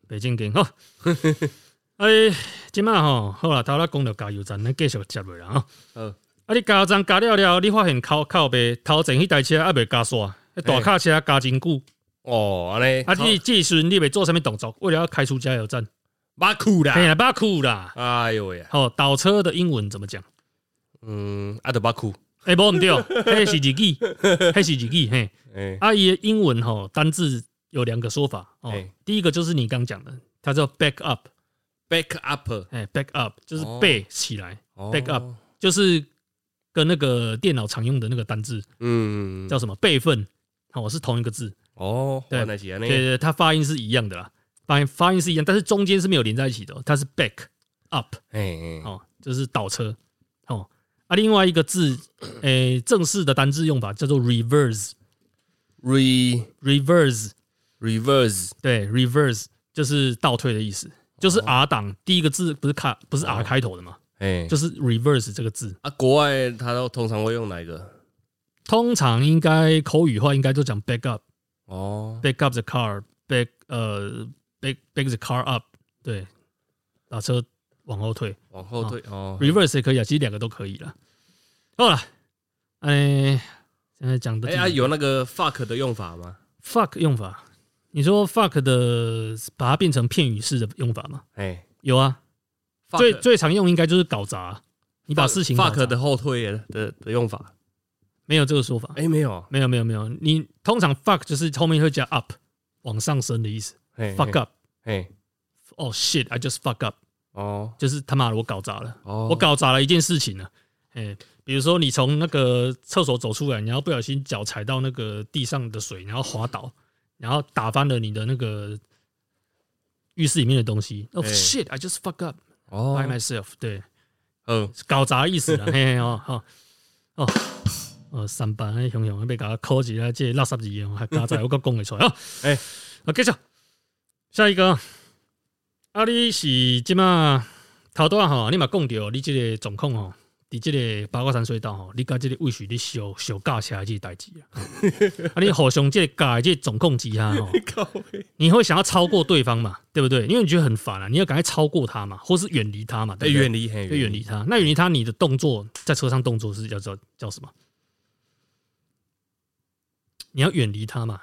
Speaker 1: 北京见哈。哎，今麦吼，好啦，头啦讲到加油站，咱继续接落来啊。
Speaker 2: 呃，
Speaker 1: 啊，你加油站加了了，你发现靠靠背头前迄台车还未加煞，迄大卡车加真久。
Speaker 2: 哦，安尼，
Speaker 1: 啊，你这时阵你袂做啥物动作？为了要开出加油站，
Speaker 2: 马酷
Speaker 1: 哎
Speaker 2: 啦，
Speaker 1: 呀，巴库啦！
Speaker 2: 哎呦喂呀，
Speaker 1: 好，倒车的英文怎么讲？
Speaker 2: 嗯，阿德巴酷，
Speaker 1: 哎，无
Speaker 2: (laughs)
Speaker 1: 毋对，迄是日语，迄是日语嘿。
Speaker 2: 哎，
Speaker 1: 啊，伊的英文吼单字有两个说法哦
Speaker 2: 嘿。
Speaker 1: 第一个就是你刚讲的，它叫 back up，
Speaker 2: back up，
Speaker 1: 哎，back up 就是
Speaker 2: 哦
Speaker 1: 背起来，
Speaker 2: 哦
Speaker 1: back up 就是跟那个电脑常用的那个单字
Speaker 2: 嗯，
Speaker 1: 叫什么备份，哦，是同一个字。
Speaker 2: 哦，
Speaker 1: 对
Speaker 2: 原来是安
Speaker 1: 对对，
Speaker 2: 尼，
Speaker 1: 对它发音是一样的啦，发音发音是一样，但是中间是没有连在一起的哦，它是 back up。
Speaker 2: 哎，
Speaker 1: 哦，就是倒车哦。啊，另外一个字，诶、正式的单字用法叫做 reverse，reverse，
Speaker 2: re reverse，
Speaker 1: 对，reverse 就是倒退的意思，就是
Speaker 2: 哦
Speaker 1: R 档、第一个字不是卡，不是 R 开头的嘛，
Speaker 2: 哎，
Speaker 1: 就是 reverse 这个字。
Speaker 2: 啊，国外他都通常会用哪一个？
Speaker 1: 通常应该口语化应该都讲 back up，back
Speaker 2: 哦，
Speaker 1: up the car，back 呃 back back the car up，对，把车往后退。
Speaker 2: 往后退哦，
Speaker 1: reverse 也可以啊，其实两个都可以了。好了，诶、现在讲的
Speaker 2: 哎啊，有那个 fuck 的用法吗？
Speaker 1: fuck 用法，你说 fuck 的把它变成片语式的用法吗？
Speaker 2: 哎，
Speaker 1: 有啊，
Speaker 2: fuck-
Speaker 1: 最最常用应该就是搞砸，啊你把事情搞
Speaker 2: fuck
Speaker 1: 砸
Speaker 2: 的后退的的的用法，
Speaker 1: 没有这个说法，
Speaker 2: 哎，没有，
Speaker 1: 没有没有没有，你通常 fuck 就是后面会加 up 往上升的意思
Speaker 2: 哎
Speaker 1: ，fuck up，
Speaker 2: 哎，
Speaker 1: 哦、shit，I just fuck up，
Speaker 2: 哦，
Speaker 1: 就是他妈的我搞砸了，
Speaker 2: 哦
Speaker 1: 我搞砸了一件事情了，哎、比如说，你从那个厕所走出来，然后不小心脚踩到那个地上的水，然后滑倒，然后打翻了你的那个浴室里面的东西。哦、
Speaker 2: 哎
Speaker 1: shit! I just fuck up
Speaker 2: 哦，
Speaker 1: by myself、对，
Speaker 2: 嗯，
Speaker 1: 搞砸意
Speaker 2: (laughs)
Speaker 1: 思了。嘿嘿哦哦哦哦，三班哎，熊熊被搞扣起来，这垃圾字哦，还
Speaker 2: (laughs)
Speaker 1: 加在我个讲会出来哦。
Speaker 2: 哎，
Speaker 1: 啊，继续下一个啊。啊，你是即马头段吼，你嘛讲着你即个状况吼，伫即个八卦山隧道吼，你甲即个魏许你小小驾车即个代
Speaker 2: (laughs)
Speaker 1: 志啊，啊，你互相即个驾即个状况之下
Speaker 2: (laughs)
Speaker 1: 吼，
Speaker 2: 靠背，
Speaker 1: 你会想要超过对方嘛，对不对？因为你觉得很烦啊，你要赶快超过他嘛，或是远离他嘛，
Speaker 2: 哎，
Speaker 1: 对不对
Speaker 2: 远离，嘿，
Speaker 1: 要远离，他。那远离他，你的动作在车上动作是要叫叫什么？你要远离他嘛？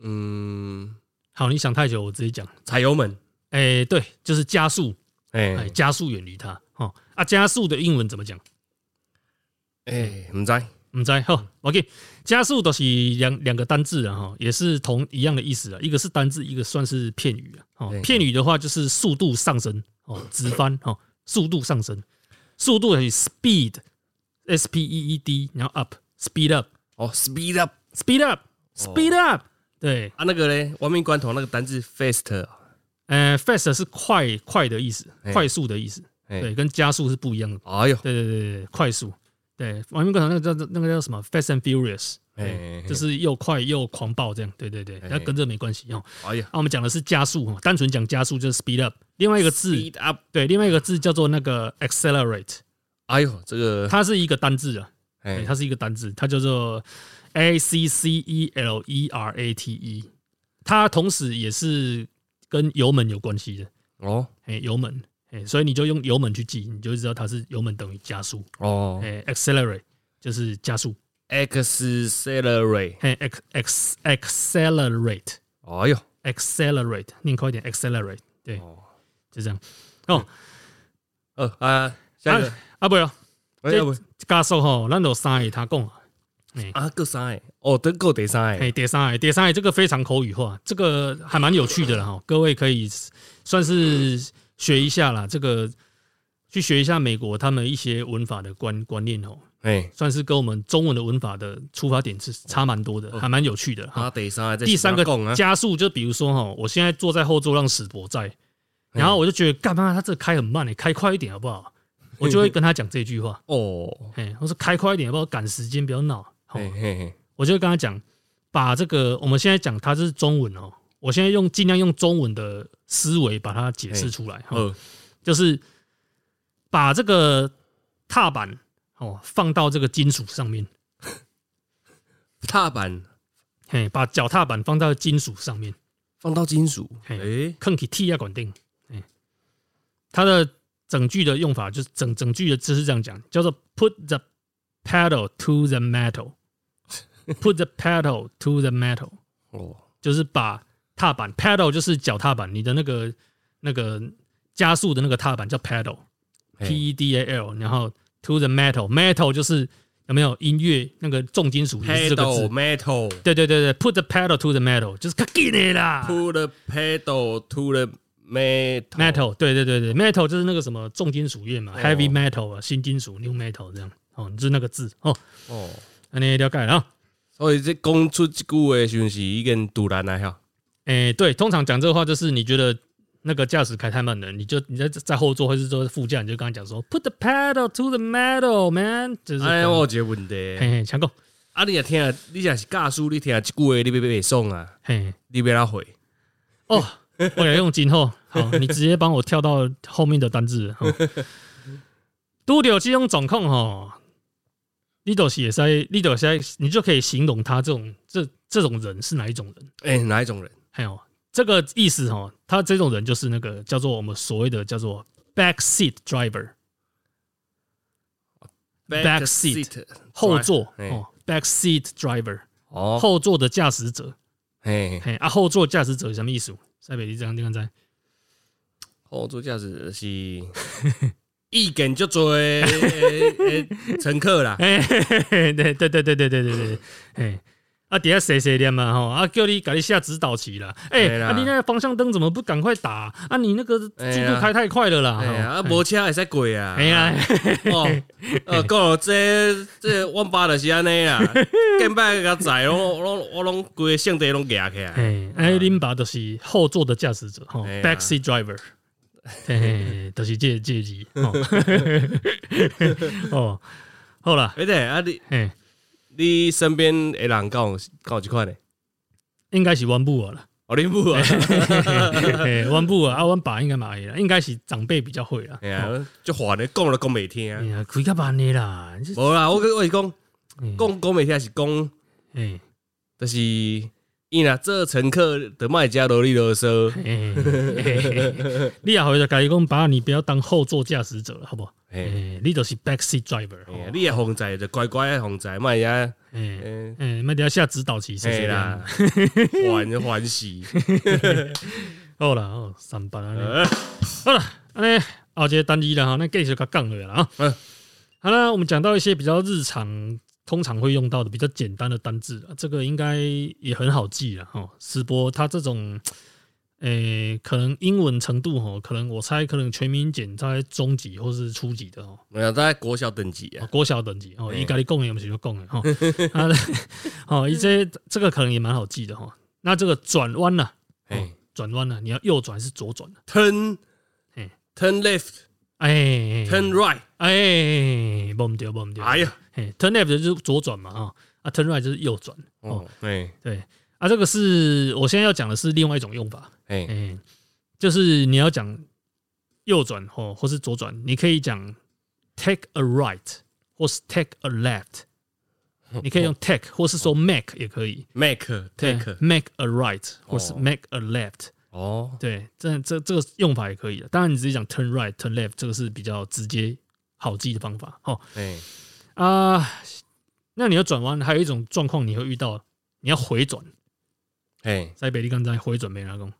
Speaker 2: 嗯，
Speaker 1: 好，你想太久，我直接讲。
Speaker 2: 踩油门，
Speaker 1: 哎、对，就是加速，哎，
Speaker 2: 哎
Speaker 1: 加速远离他。哦，啊，加速的英文怎么讲？
Speaker 2: 哎，唔知，
Speaker 1: 唔知吼，OK，加速都是两两个单字啊，哈，也是同一样的意思啊，一个是单字，一个算是片语啊。哦
Speaker 2: 对，
Speaker 1: 片语的话就是速度上升哦，直翻哦，速度上升，速度是 speed，s p e e d，然后 up，speed up，speed
Speaker 2: 哦，speed up
Speaker 1: up，speed
Speaker 2: 哦
Speaker 1: up，对，
Speaker 2: 啊，那个嘞，亡命关头那个单字 fast，
Speaker 1: 呃，fast 是快快的意思，
Speaker 2: 哎
Speaker 1: 快速的意思，
Speaker 2: 哎
Speaker 1: 对，跟加速是不一样的。
Speaker 2: 哎呦，
Speaker 1: 对对对对对，快速。对，亡命广场那个叫那个叫什么？Fast and Furious，
Speaker 2: 哎
Speaker 1: 对，就是又快又狂暴这样。对对对，
Speaker 2: 哎
Speaker 1: 那跟这没关系哦。
Speaker 2: 哎呀
Speaker 1: 啊，我们讲的是加速哦，单纯讲加速就是 speed up。另外一个字，
Speaker 2: ，speed up，
Speaker 1: 对，另外一个字叫做那个 accelerate，
Speaker 2: 哎呦，这个，
Speaker 1: 它是一个单字啊，对
Speaker 2: 哎
Speaker 1: 它是一个单字，它叫做 a c c e l e r a t e，它同时也是跟油门有关系的，
Speaker 2: 哦
Speaker 1: 哎，油门，哎，所以你就用油门去记，你就知道它是油门等于加速。
Speaker 2: 哦
Speaker 1: 诶 accelerate 就是加速，
Speaker 2: ，accelerate，
Speaker 1: 嘿 ex ex accelerate
Speaker 2: 哎呦，
Speaker 1: accelerate 念快一点 accelerate，对，
Speaker 2: 哦
Speaker 1: 就这样。哦，
Speaker 2: 呃啊，下一个
Speaker 1: 啊，啊不哟，
Speaker 2: 哎
Speaker 1: 这
Speaker 2: 啊不
Speaker 1: 加速吼，咱有三个他讲啊，
Speaker 2: 啊，够三个，哦，等够第三个，
Speaker 1: 嘿，第哎三个，第三个这个非常口语化，这个还蛮有趣的啦哈，各位可以算是学一下啦，这个去学一下美国他们一些文法的观观念哦，
Speaker 2: 哎，
Speaker 1: 算是跟我们中文的文法的出发点是差蛮多
Speaker 2: 哦
Speaker 1: 的，还蛮有趣的哈
Speaker 2: 啊，。第三个，
Speaker 1: 第三个
Speaker 2: 讲啊，
Speaker 1: 加速，就比如说哈，我现在坐在后座让史博在，然
Speaker 2: 嗯
Speaker 1: 后我就觉得干嘛他这开很慢，你开快一点好不好？我
Speaker 2: (laughs)
Speaker 1: 就会跟他讲这句话，
Speaker 2: 哦，
Speaker 1: 哎，我说开快一点好不好？赶时间，不要闹。好
Speaker 2: 嘿嘿嘿，
Speaker 1: 我就会跟他讲，把这个我们现在讲它是中文哦，我现在用尽量用中文的思维把它解释出来，哦，
Speaker 2: 呃，
Speaker 1: 就是把这个踏板哦放到这个金属上面，
Speaker 2: 踏板
Speaker 1: 嘿，把脚踏板放到金属上面，
Speaker 2: 放到金属，
Speaker 1: 嘿
Speaker 2: 哎，
Speaker 1: 坑起 T 压管定，哎，它的整句的用法就是整整句的字是这样讲，叫做 Put the pedal to the
Speaker 2: (laughs)
Speaker 1: metal，Put the pedal to the metal。
Speaker 2: 哦，
Speaker 1: 就是把踏板 pedal 就是脚踏板，你的那个那个加速的那个踏板叫 pedal，p
Speaker 2: 嘿
Speaker 1: e d a l，然后 to the metal metal 就是有没有音乐那个重金属也是这个
Speaker 2: pedal
Speaker 1: 字？
Speaker 2: metal。
Speaker 1: 对对对对，put the pedal to the metal 就是卡进来啦
Speaker 2: To the pedal to the metal。
Speaker 1: ，metal 对对对对，metal 就是那个什么重金属乐嘛、h e a v y metal 啊，新金属 new metal 这样哦，就是那个字哦，
Speaker 2: 哦，
Speaker 1: 那你了解了啊？
Speaker 2: 所以这讲出这句话的时候是已经突然来哈。
Speaker 1: 诶、对，通常讲这个话就是你觉得那个驾驶开太慢了，你就你在在后座或是坐在副驾，你就跟他讲说 “Put the pedal to the metal, man”，就是
Speaker 2: 哎，我有一个问题，
Speaker 1: 嘿嘿强哥，
Speaker 2: 啊，你也听，你也是驾驶，你听这句话，你别别爽啊，
Speaker 1: 嘿
Speaker 2: 你别拉回。
Speaker 1: 哦，我要用今后好，你直接帮我跳到后面的单字。吼拄到这种状况吼，你就是也在，你就是在，你就可以形容他这种这这种人是哪一种人？
Speaker 2: 哎，哪一种人？
Speaker 1: 还有这个意思哦，他这种人就是那个叫做我们所谓的叫做 backseat driver。Back seat 后座
Speaker 2: 嘿
Speaker 1: 哦，back seat driver，
Speaker 2: 哦，
Speaker 1: 后座的驾驶者。
Speaker 2: 嘿，
Speaker 1: 嘿啊，后座驾驶者是什么意思？塞北你这样这样在，
Speaker 2: 后座驾驶是 (laughs) 意见就多的的的乘客 (laughs) 啦。
Speaker 1: 哎，嘿嘿嘿对对对对对对对对，嘿。啊，底下谁谁念嘛吼，啊叫你赶紧下指导棋啦，哎、
Speaker 2: 嘿啦
Speaker 1: 啊你那个方向灯怎么不赶快打啊？啊你那个速
Speaker 2: 嘿
Speaker 1: 度
Speaker 2: 啦
Speaker 1: 开太快了啦，
Speaker 2: 哎呀，啊，
Speaker 1: 吼
Speaker 2: 无车会使过啊。
Speaker 1: 哎呀，
Speaker 2: (laughs) 哦，呃，讲了这这我爸就是安尼 (laughs) 啦，更摆个仔拢拢我拢规个性地拢夹起来，
Speaker 1: 哎哎林爸就是后座的驾驶者吼
Speaker 2: 嘿啦
Speaker 1: ，back seat driver，嘿嘿，就是这这级吼，哦，好啦，
Speaker 2: 哎对啊，你
Speaker 1: 嘿。
Speaker 2: 你身边的人敢有敢有即款的，
Speaker 1: 应该是阮母啊啦，
Speaker 2: 哦，你母啊， (laughs)
Speaker 1: 嘿阮母啊，啊，阮爸应该嘛会啦，应该是长辈比较会啦。
Speaker 2: 哎呀，就烦的讲了讲袂
Speaker 1: 哎
Speaker 2: 听，啊
Speaker 1: 呀，开较慢的啦，这
Speaker 2: 无啦，我跟我是讲
Speaker 1: 嗯
Speaker 2: 讲讲袂听是讲，
Speaker 1: 哎
Speaker 2: 就是伊若做乘客的卖家啰里啰嗦，
Speaker 1: 哎，嘿嘿嘿你也回头家己讲，爸，你不要当后座驾驶者了，好不好？
Speaker 2: 哎，
Speaker 1: 哎，你就是 back seat driver
Speaker 2: 哎呀
Speaker 1: 哦。
Speaker 2: 你也防在就乖乖防在，卖呀，
Speaker 1: 哎
Speaker 2: 嗯，
Speaker 1: 哎，那等下下指导棋是
Speaker 2: 嘿
Speaker 1: 谁
Speaker 2: 啦
Speaker 1: 啦？，
Speaker 2: 烦烦死，
Speaker 1: (laughs) 好啦，哦，三班啊，
Speaker 2: 呃
Speaker 1: 好了，那后一个单一啦哈，那继续甲讲落啦
Speaker 2: 嗯
Speaker 1: 啊。好啦，我们讲到一些比较日常通常会用到的比较简单的单字啦，这个应该也很好记了哈。斯波他这种，诶、可能英文程度哈，可能我猜可能全民检在中级或是初级的哦，
Speaker 2: 没有，大概国小等级啊。
Speaker 1: 国小等级哦，
Speaker 2: 嗯
Speaker 1: 伊家己讲的，毋是就讲的吼。啊， (laughs) 哦，伊这这个可能也蛮好记的哈。那这个转弯呢？
Speaker 2: 嘿
Speaker 1: 转弯呢？你要右转还是左转呢？
Speaker 2: turn
Speaker 1: 嘿
Speaker 2: turn left
Speaker 1: 哎
Speaker 2: turn right，
Speaker 1: 哎，不对，不对，
Speaker 2: 哎呀，
Speaker 1: 嘿，turn left 就是左转嘛，啊啊，turn right 就是右转，哦，，
Speaker 2: 哎
Speaker 1: 对，啊，这个是我现在要讲的是另外一种用法，
Speaker 2: 哎
Speaker 1: 哎，就是你要讲右转哦，或是左转，你可以讲 take a right 或是 take a left，你可以用 take 或是说 make 也可以
Speaker 2: ，make take，
Speaker 1: 对 make a right 或是
Speaker 2: 哦
Speaker 1: make a left，
Speaker 2: 哦，
Speaker 1: 对，这这这个用法也可以的，当然你直接讲 turn right turn left 这个是比较直接好记的方法，哦。
Speaker 2: 哎
Speaker 1: 啊、那你要转弯，还有一种状况你会遇到，你要回转。
Speaker 2: 哎，
Speaker 1: 在北利刚才回转没拿工，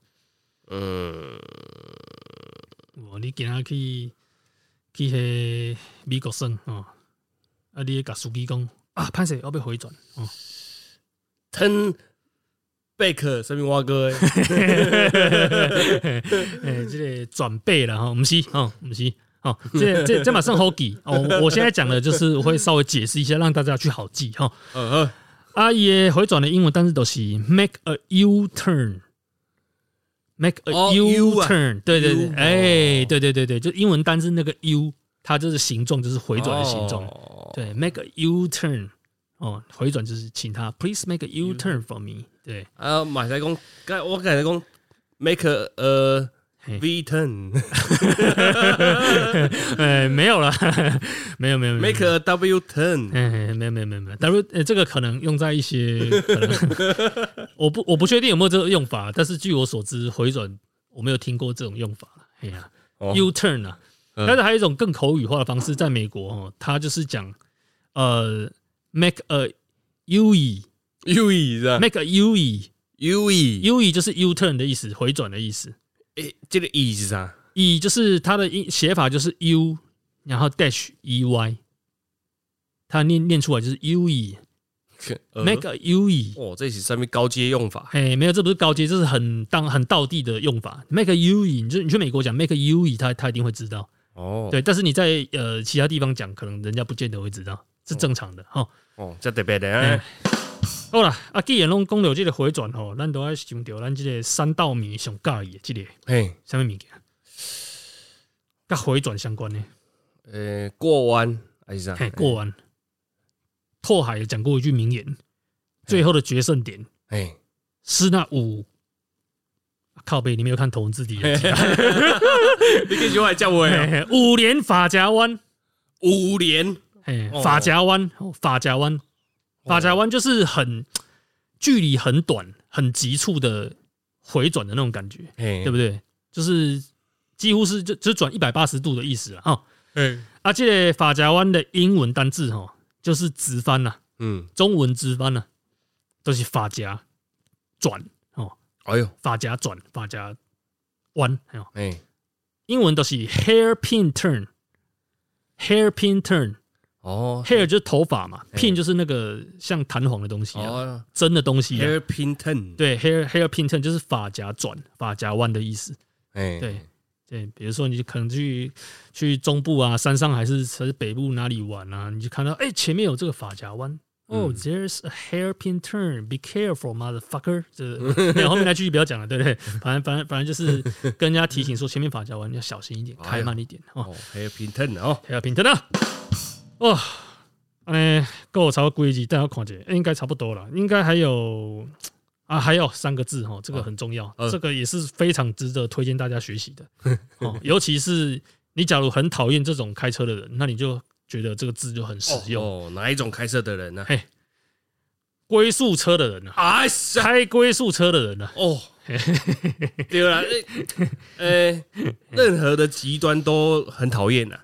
Speaker 2: 嗯，
Speaker 1: 哦，你今仔去去迄美国省哦，啊，你甲司机讲啊，潘谁我要回转 (laughs) 哦，
Speaker 2: ，turn back，生命蛙哥，
Speaker 1: (laughs) 诶、哎这个转背了哈，哦不是哦，不是哦，这这这马上好记哦，我我现在讲的就是我会稍微解释一下，让大家去好记哈。哦
Speaker 2: 呃呵
Speaker 1: 啊，伊诶回转的英文单词都是 make a U turn。 make a
Speaker 2: 哦
Speaker 1: U
Speaker 2: U 啊
Speaker 1: turn，、对对对
Speaker 2: U，，
Speaker 1: 哎、
Speaker 2: 哦
Speaker 1: 对对对对，就英文单字那个 U，它就是形状，就是回转的形状。
Speaker 2: 哦
Speaker 1: 对，make a U turn，哦，回转就是请他 please make a U turn for me。对， (laughs)
Speaker 2: 啊，马来公，刚我刚才讲 make a 呃
Speaker 1: 嘿
Speaker 2: V turn
Speaker 1: 呃，没有了， (laughs) 没有没有没有
Speaker 2: make a W turn，
Speaker 1: 哎，没有没有没有没有，W 呃，这个可能用在一些，可能
Speaker 2: (laughs)
Speaker 1: 我不我不确定有没有这个用法，但是据我所知，回转我没有听过这种用法。哎呀、
Speaker 2: 哦
Speaker 1: u turn 啊，
Speaker 2: 嗯
Speaker 1: 但是还有一种更口语化的方式，在美国哦，它就是讲呃，make a U E
Speaker 2: U E 是吧
Speaker 1: make a U E
Speaker 2: ？U E
Speaker 1: U E 就是 U turn 的意思，回转的意思。
Speaker 2: 诶，这个 E 是啥？
Speaker 1: E 就是它的音写法就是 U，然后 dash E Y，它念念出来就是 U E
Speaker 2: 呃
Speaker 1: make a U E。
Speaker 2: 哦，这是上面高阶用法。
Speaker 1: 哎，没有，这不是高阶，这是很当很道地的用法。make a U E，你就你去美国讲 make a U E，他他一定会知道。
Speaker 2: 哦，
Speaker 1: 对，但是你在呃其他地方讲，可能人家不见得会知道，是正常的哈。
Speaker 2: 哦，这特别的
Speaker 1: 哎
Speaker 2: 啊，
Speaker 1: 好啦，啊，既然拢讲到这个回转吼，咱都要想到咱这个三道米上介意的这个
Speaker 2: 嘿，
Speaker 1: 什么物件，跟回转相关的。
Speaker 2: 呃，过弯还是啥
Speaker 1: 嘿，？过完，拓海也讲过一句名言：最后的决胜点
Speaker 2: 哎，
Speaker 1: 是那五。啊靠背，你没有看《头文字 D》啊？
Speaker 2: 你跟小海叫我
Speaker 1: 嘿嘿 (laughs) 五连法夹弯，
Speaker 2: 五连
Speaker 1: 哎
Speaker 2: 哦，
Speaker 1: 法夹弯，哦法夹弯，法夹弯就是很距离很短、很急促的回转的那种感觉，
Speaker 2: 嘿
Speaker 1: 对不对？就是几乎是就就转一百八十度的意思啊。哦
Speaker 2: 嗯
Speaker 1: 啊，这个法夹弯的英文单字哈，就是直翻呐、啊
Speaker 2: 嗯，
Speaker 1: 中文直翻呐、啊都、是法夹转哦，
Speaker 2: 哎呦，
Speaker 1: 法夹转，法夹弯，还有
Speaker 2: 哎，
Speaker 1: 英文都是 hairpin turn，hairpin turn。
Speaker 2: 哦，
Speaker 1: hair 就是头发嘛
Speaker 2: 哎
Speaker 1: ，pin 就是那个像弹簧的东西啊，
Speaker 2: 哦
Speaker 1: 针的东西啊。
Speaker 2: ，hairpin turn，，
Speaker 1: 对，hair hair pin turn 就是发夹转、发夹弯的意思。
Speaker 2: 哎，
Speaker 1: 对对，比如说你可能去去中部啊、山上还是还是北部哪里玩啊，你就看到哎、前面有这个发夹弯。哦、
Speaker 2: 嗯
Speaker 1: t h e r e s a hairpin turn. Be careful, motherfucker. 这 (laughs) 没有后面那句不要讲了，对不对？反正反正反正就是跟人家提醒说前面发夹弯要小心一点，
Speaker 2: (laughs) 哎
Speaker 1: 开
Speaker 2: 呀
Speaker 1: 慢一点哦。
Speaker 2: 哦，hairpin turn 哦，
Speaker 1: 黑平等啊！哇，安尼够差不多几集，大家看一下，应该差不多了，应该还有啊，还有三个字哈，这个很重要，
Speaker 2: 嗯
Speaker 1: 这个也是非常值得推荐大家学习的
Speaker 2: (laughs)
Speaker 1: 哦。尤其是你假如很讨厌这种开车的人，那你就觉得这个字就很实用。
Speaker 2: 哦，哪一种开车的人啊呢？
Speaker 1: 嘿，龟速车的人啊，
Speaker 2: 啊，是啊
Speaker 1: 开龟速车的人啊，
Speaker 2: 哦，对
Speaker 1: (laughs)
Speaker 2: 了，呃，呃任何的极端都很讨
Speaker 1: (laughs)
Speaker 2: 厌呐，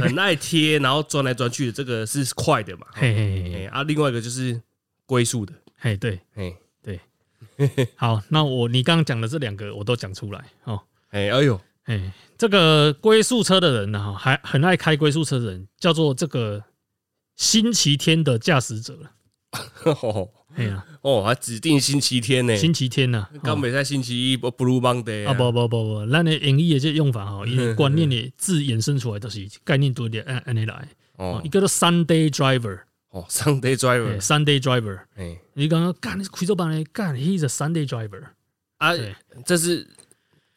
Speaker 2: 很爱贴，然后钻来钻去的，这个是快的嘛？
Speaker 1: 嘿嘿嘿
Speaker 2: 哎
Speaker 1: 嘿，
Speaker 2: 啊，另外一个就是龟速的，
Speaker 1: 嗯嘿，对
Speaker 2: 哎 (laughs)
Speaker 1: 对，好，那我你刚刚讲的这两个我都讲出来哦。
Speaker 2: 哎，哎呦， (laughs)
Speaker 1: 哎，这个龟速车的人呢、啊，还很爱开龟速车的人，叫做这个星期天的驾驶者了。哎呀、
Speaker 2: 哦，还指定星期天呢，
Speaker 1: 星期天呐、啊，
Speaker 2: 刚
Speaker 1: 哦
Speaker 2: 没在星期一不 Blue Monday 哦
Speaker 1: 啊不不不不，那你演绎的这用法哈，因为观念的字衍生出来都是概念多一点，按按你来。哦
Speaker 2: 哦
Speaker 1: 一个叫 Sunday driver，
Speaker 2: 哦，Sunday
Speaker 1: 哎
Speaker 2: Driver，
Speaker 1: ，Sunday driver，
Speaker 2: 哎
Speaker 1: 你刚刚干你亏这班的干，He's a Sunday driver。
Speaker 2: 啊
Speaker 1: 对，
Speaker 2: 这是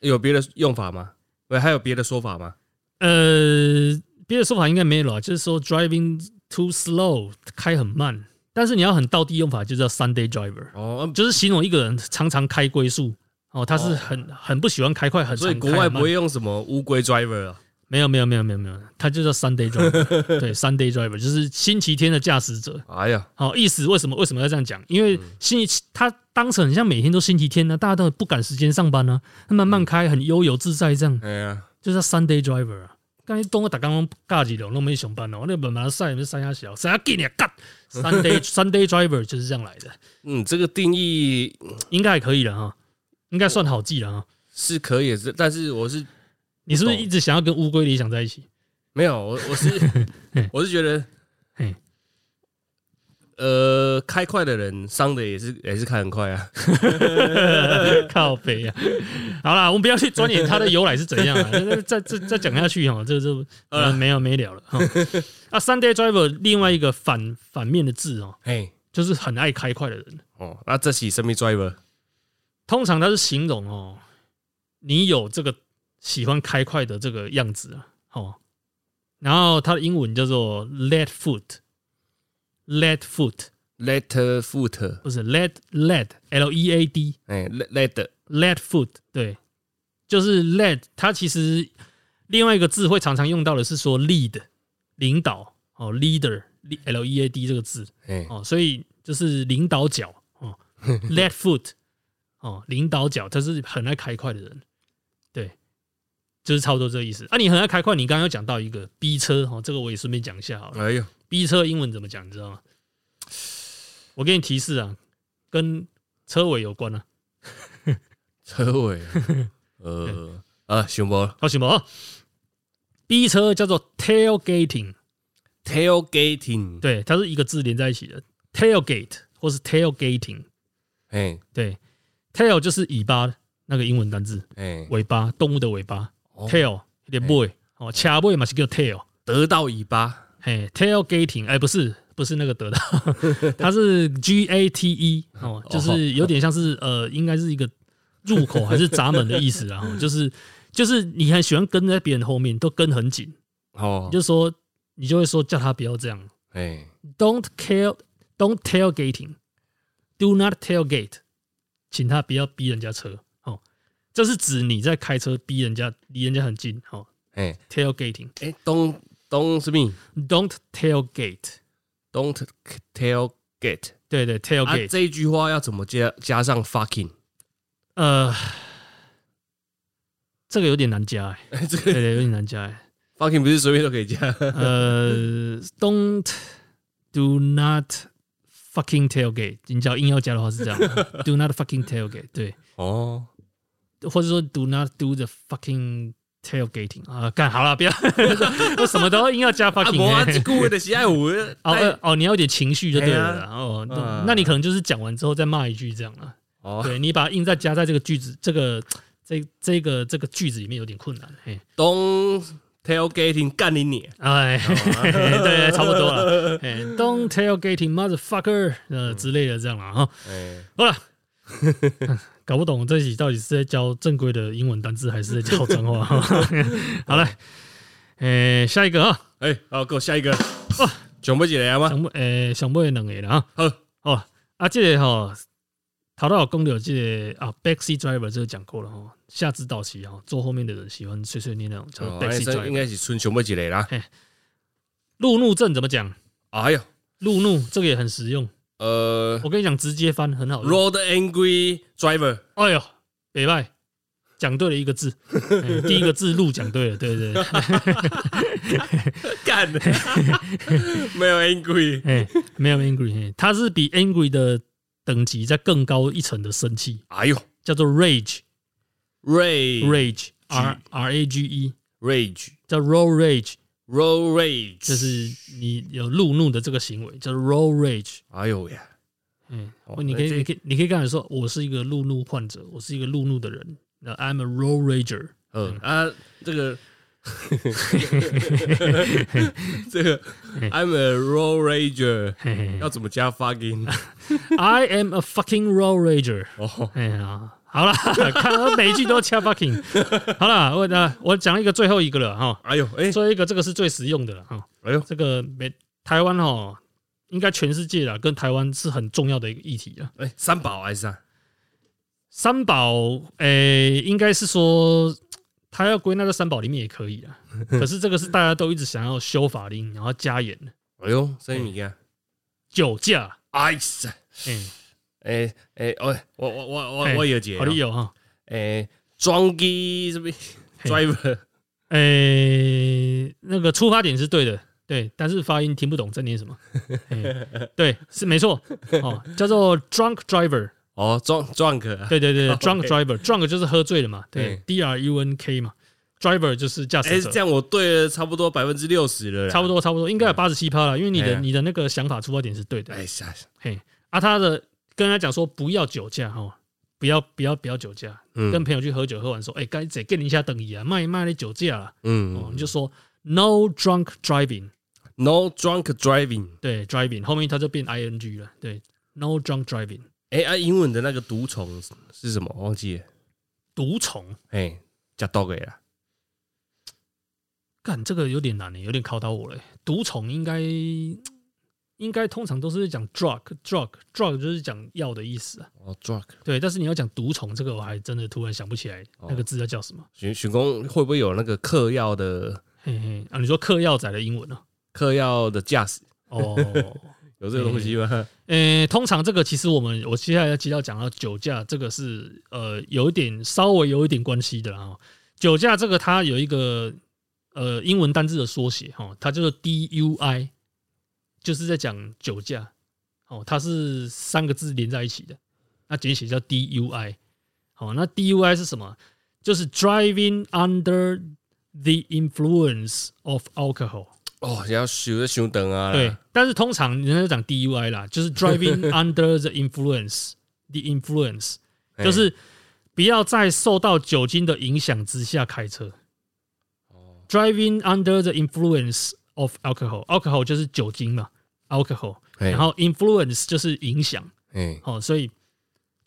Speaker 2: 有别的用法吗？喂，还有别的说法吗？
Speaker 1: 呃，别的说法应该没有了，就是说 driving too slow，开很慢。但是你要很道地用法，就叫 Sunday driver。
Speaker 2: 哦，
Speaker 1: 就是形容一个人常常开龟速哦，他是很、很不喜欢开快，很常
Speaker 2: 所以
Speaker 1: 开
Speaker 2: 国外
Speaker 1: 很慢
Speaker 2: 不会用什么乌龟 Driver 啊？
Speaker 1: 没有没有没有没有没有，他就叫 Sunday
Speaker 2: (laughs)
Speaker 1: driver，对 Sunday driver 就是星期天的驾驶者。
Speaker 2: 哎呀，
Speaker 1: 好、意思为什么为什么要这样讲？因
Speaker 2: 嗯
Speaker 1: 为星期他当成很像每天都星期天呢、大家都不赶时间上班呢、啊，他慢慢开，很悠游自在，这样
Speaker 2: 哎呀，
Speaker 1: 就叫 Sunday driver 啊。刚才东我打刚刚尬几龙，都没上班哦，那本来晒没晒下小，晒下给你啊干。Sunday
Speaker 2: (laughs)
Speaker 1: Sunday driver 就是这样来的，
Speaker 2: 嗯，这个定义
Speaker 1: 应该还可以了哈，应该算好记了哈。
Speaker 2: 是可以，是，但是我是
Speaker 1: 你是不是
Speaker 2: 不懂
Speaker 1: 一直想要跟乌龟理想在一起？ (laughs)
Speaker 2: 没有，我我是
Speaker 1: 嘿
Speaker 2: 我是觉得
Speaker 1: 嘿，
Speaker 2: 呃，开快的人伤的也是也是开很快啊。
Speaker 1: 靠北啊！好啦，我们不要去钻研它的由来是怎样
Speaker 2: (laughs)
Speaker 1: 啊，那再再再讲下去哈，这这呃没有没了了
Speaker 2: (laughs)
Speaker 1: 哈。啊，Sunday Driver 另外一个反反面的字哦，
Speaker 2: (laughs) 嘿，
Speaker 1: 就是很爱开快的人，
Speaker 2: 哦，那这起生命 driver
Speaker 1: 通常它是形容哦你有这个喜欢开快的这个样子啊，哦。然后它的英文叫做 lead foot，lead foot
Speaker 2: Let foot，
Speaker 1: 不是 lead lead l e a d
Speaker 2: 哎，let let
Speaker 1: lead foot 对，就是 lead。它其实另外一个字会常常用到的是说 lead 领导哦，leader l e a d 这个字
Speaker 2: 哎，
Speaker 1: 哦，所以就是领导脚哦，lead foot (laughs) 哦，领导脚，他是很爱开快的人，对，就是差不多这个意思。啊，你很爱开快，你刚刚有讲到一个 B 车哦，这个我也顺便讲一下好了。
Speaker 2: 哎呦，
Speaker 1: B 车英文怎么讲，你知道吗？我给你提示啊，跟车尾有关啊。
Speaker 2: 车尾，啊呃啊，熊猫
Speaker 1: 好，什么？B 车叫做 tailgating，
Speaker 2: tailgating， (laughs)
Speaker 1: 对，它是一个字连在一起的 tailgate 或是 tailgating，
Speaker 2: 哎
Speaker 1: 对，tail 就是尾巴那个英文单字，
Speaker 2: 哎，
Speaker 1: 尾巴，动物的尾巴、
Speaker 2: 哦
Speaker 1: tail 连尾哦，车尾嘛是叫 tail，
Speaker 2: 得到尾巴，
Speaker 1: 嘿，tailgating，哎，不是。不是那个得到， (laughs) 它是 G A T E 哦，就是有点像是呃，应该是一个入口还是闸门的意思啊，哦就是就是你很喜欢跟在别人后面，都跟很紧，
Speaker 2: 哦
Speaker 1: 你，就说你就会说叫他不要这样
Speaker 2: 哎，
Speaker 1: ，Don't care, don't tailgating, do not tailgate，请他不要逼人家车哦。这是指你在开车逼人家，离人家很近哦。
Speaker 2: 哎
Speaker 1: Tailgating,
Speaker 2: 哎，don't don't 什么
Speaker 1: don't tailgate，
Speaker 2: ？don't tailgate。
Speaker 1: 对对
Speaker 2: 啊，
Speaker 1: tailgate，、
Speaker 2: 这一句话要怎么加加上 fucking？
Speaker 1: 呃，这个有点难加哎、
Speaker 2: (laughs) 这
Speaker 1: 对
Speaker 2: 个
Speaker 1: 对，有点难加哎、
Speaker 2: fucking 不是随便都可以加。
Speaker 1: 呃，don't do not fucking tailgate，你只要硬要加的话是这样，do not fucking tailgate，对。
Speaker 2: 哦，
Speaker 1: 或者说 do not do the fucking tailgating 啊，干好了，不要， (laughs) 我什么都硬要加
Speaker 2: 啊，
Speaker 1: fucking
Speaker 2: 无啊， (laughs)
Speaker 1: 欸、
Speaker 2: 这句话的喜爱我 (laughs)
Speaker 1: 哦
Speaker 2: 带
Speaker 1: 呃哦，你要有点情绪就对了啦。
Speaker 2: 哎
Speaker 1: 哦，那
Speaker 2: 嗯
Speaker 1: 那你可能就是讲完之后再骂一句这样了。
Speaker 2: 哦
Speaker 1: 对你把它硬再加在这个句子、这个、这、这个、这个句子里面有点困难。嘿，
Speaker 2: ，don't tailgating 干你你，
Speaker 1: 哎，嘿
Speaker 2: 啊
Speaker 1: 嘿 (laughs) 对，差不多
Speaker 2: (laughs)
Speaker 1: 了。哎，Don't tailgating motherfucker，呃之类的这样了哈。
Speaker 2: 嗯哎，
Speaker 1: 好了， (laughs) 搞不懂这集到底是在教正规的英文单字，还是在教脏话？
Speaker 2: (laughs)
Speaker 1: 好了，诶、下一个啊，
Speaker 2: 哎，好，给我下一个。熊妹姐来吗？
Speaker 1: 想不诶、想不会两个啦啊，
Speaker 2: 好，
Speaker 1: 哦啊，这个吼、头到公牛这个啊，backseat driver 这个讲过了哈、哦，下肢到期哈、哦，坐后面的人喜欢碎碎念那种，叫
Speaker 2: 哦
Speaker 1: 做
Speaker 2: 安尼
Speaker 1: backseat
Speaker 2: 说应
Speaker 1: driver。
Speaker 2: 该是春熊妹姐来啦。
Speaker 1: 路怒症怎么讲？
Speaker 2: 哎呦，
Speaker 1: 路怒这个也很实用，
Speaker 2: 呃
Speaker 1: 我跟你讲，直接翻很好用。
Speaker 2: ，road angry driver，
Speaker 1: 哎呦，北拜，讲对了一个字，哎第一个字路讲对了，对对对。
Speaker 2: 干， (laughs) 没有 angry
Speaker 1: 哎、没有 angry，、嘿，它是比 angry 的等级再更高一层的生气，
Speaker 2: 哎呦
Speaker 1: 叫做 rage
Speaker 2: ，rage
Speaker 1: rage r r a g e，
Speaker 2: rage
Speaker 1: 叫 roll rage，
Speaker 2: road rage，
Speaker 1: 就是你有路怒的这个行为，叫 roll rage。
Speaker 2: 哎呦呀，
Speaker 1: 嗯
Speaker 2: 哦，
Speaker 1: 你可以，
Speaker 2: 那这
Speaker 1: 你可以，你可以跟他说，我是一个路怒患者，我是一个路怒的人。那 I'm a roll rager。
Speaker 2: 嗯啊，这
Speaker 1: (laughs)
Speaker 2: 个，这个，I'm a road rager，
Speaker 1: 嘿嘿
Speaker 2: 要怎么
Speaker 1: (laughs)
Speaker 2: 加 fucking？
Speaker 1: I am a fucking roll rager。
Speaker 2: 哦，
Speaker 1: 哎呀，好啦， (laughs) 看我每一句都加 fucking。好啦，我呃，我讲一个最后一个了哈。
Speaker 2: 哎呦，哎，
Speaker 1: 最后一个，这个是最实用的了哈。
Speaker 2: 哎呦，
Speaker 1: 这个没台湾哦，应该全世界啦，跟台湾是很重要的一个议题啊。
Speaker 2: 哎，三宝还是啥？
Speaker 1: 三宝，诶、应该是说它要归纳在三宝里面也可以
Speaker 2: (laughs)
Speaker 1: 啊。可是这个是大家都一直想要修法令，然后加严的
Speaker 2: 哎呦，所以你看，
Speaker 1: 酒驾。
Speaker 2: 哎呀，
Speaker 1: 嗯，
Speaker 2: 哎哎，哦，我我我
Speaker 1: 嘿
Speaker 2: 我我有解
Speaker 1: 好，
Speaker 2: 啊，
Speaker 1: 理由哈。
Speaker 2: 哎，装机这边
Speaker 1: 嘿
Speaker 2: driver，
Speaker 1: 诶、那个出发点是对的，对，但是发音听不懂在念什么。嘿对，是没错哦，叫做 drunk driver。
Speaker 2: 哦，装 drunk，啊
Speaker 1: 对对对
Speaker 2: OK
Speaker 1: ，drunk driver，drunk 就是喝醉了嘛，对
Speaker 2: 嗯
Speaker 1: ，D R E U N K 嘛，driver 就是驾
Speaker 2: 哎，
Speaker 1: 驶者
Speaker 2: 这，样嗯我对了差不多百分之六十了，
Speaker 1: 差不
Speaker 2: 多，
Speaker 1: 多差不多，应该有八十七趴了，因为你
Speaker 2: 哎
Speaker 1: 的
Speaker 2: 呀
Speaker 1: 你的那个想法出发点是对的
Speaker 2: 哎，呀，
Speaker 1: 嘿，啊，他的跟他讲说不要酒驾哈，不要不要不要酒驾，跟
Speaker 2: 嗯
Speaker 1: 朋友去喝酒，喝完说，哎，该再跟人家等一下，卖卖你酒驾了，哦，
Speaker 2: 嗯
Speaker 1: 你就说 no drunk driving，
Speaker 2: ，no drunk driving，
Speaker 1: 对，driving 后面他就变 I N G 了，对，no drunk driving，
Speaker 2: 哎啊，英文的那个毒虫是什么？忘记了。
Speaker 1: 毒虫，
Speaker 2: 哎，加多给啦，
Speaker 1: 干这个有点难欸有点考到我了欸。毒虫应该应该通常都是讲 drug drug drug 就是讲药的意思啊。
Speaker 2: 哦，drug，
Speaker 1: 对，但是你要讲毒虫这个，我还真的突然想不起来那个字要叫什么。
Speaker 2: 寻寻工会不会有那个嗑药的
Speaker 1: 嘿嘿啊，你说嗑药仔的英文呢、
Speaker 2: 嗑药的驾驶？
Speaker 1: 哦，
Speaker 2: 有这个东西吗？
Speaker 1: 诶、呃通常这个其实我们我接下来要提到讲到酒驾，这个是呃有一点稍微有一点关系的啦、哦。酒驾这个它有一个呃英文单字的缩写哈、哦，它叫做 DUI，就是在讲酒驾哦，它是三个字连在一起的，那简写叫 DUI。好、哦那 DUI 是什么？就是 Driving under the influence of alcohol。
Speaker 2: 哦，要修的修等啊，
Speaker 1: 对，，但是通常人家就讲 DUI 啦，就是 driving under the influence，the influence
Speaker 2: 哎
Speaker 1: 就是不要在受到酒精的影响之下开车。driving under the influence of alcohol，alcohol 就是酒精嘛，alcohol，
Speaker 2: 哎
Speaker 1: 然后 influence 就是影响，
Speaker 2: 哎，
Speaker 1: 哦，所以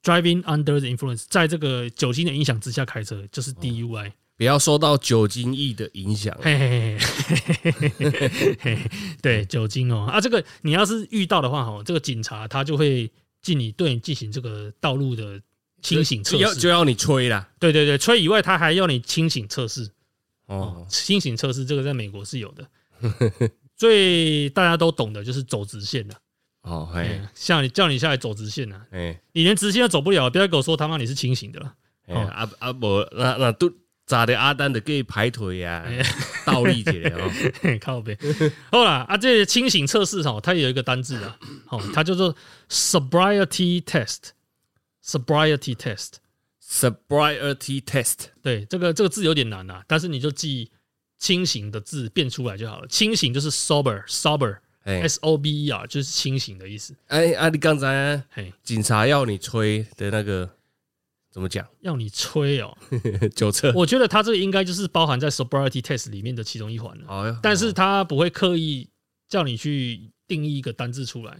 Speaker 1: driving under the influence，在这个酒精的影响之下开车就是 DUI。
Speaker 2: 不要受到酒精意的影响。
Speaker 1: 嘿嘿嘿嘿嘿嘿嘿嘿嘿，对，酒精哦啊，这个你要是遇到的话哦，这个警察他就会进你对你进行这个道路的清醒测
Speaker 2: 就哎要就
Speaker 1: 试，
Speaker 2: 要你吹啦。
Speaker 1: 对对对，吹以外他还要你清醒测试哦
Speaker 2: 哦，，
Speaker 1: 清醒测试这个在美国是有的，最大家都懂的就是走直线的，
Speaker 2: 哦，嘿，
Speaker 1: 哎像你叫你下来走直线啊，
Speaker 2: 哎，
Speaker 1: 你连直线都走不了，不要给我说他妈你是清醒的了，
Speaker 2: 嘿
Speaker 1: 哦
Speaker 2: 啊啊，无那那都咋的？阿丹的给排腿呀
Speaker 1: 哎，
Speaker 2: 倒立起来 (laughs) 哦。
Speaker 1: (laughs) 靠背。好啦，啊，这个清醒测试哦，它也有一个单字啊，哦，它叫做 sobriety test。sobriety test，
Speaker 2: Sobriety test，
Speaker 1: 对，这个这个字有点难啊，但是你就记清醒的字变出来就好了。清醒就是 sober，sober，s
Speaker 2: 哎
Speaker 1: o b e r，就是清醒的意思。
Speaker 2: 哎啊，你刚才
Speaker 1: 嘿，
Speaker 2: 警察要你吹的那个怎么 (laughs) 讲？
Speaker 1: 要你吹哦，
Speaker 2: 酒测。
Speaker 1: 我觉得它这个应该就是包含在 sobriety test 里面的其中一环了。啊
Speaker 2: 哦哟，
Speaker 1: 但是他不会刻意叫你去定义一个单字出来，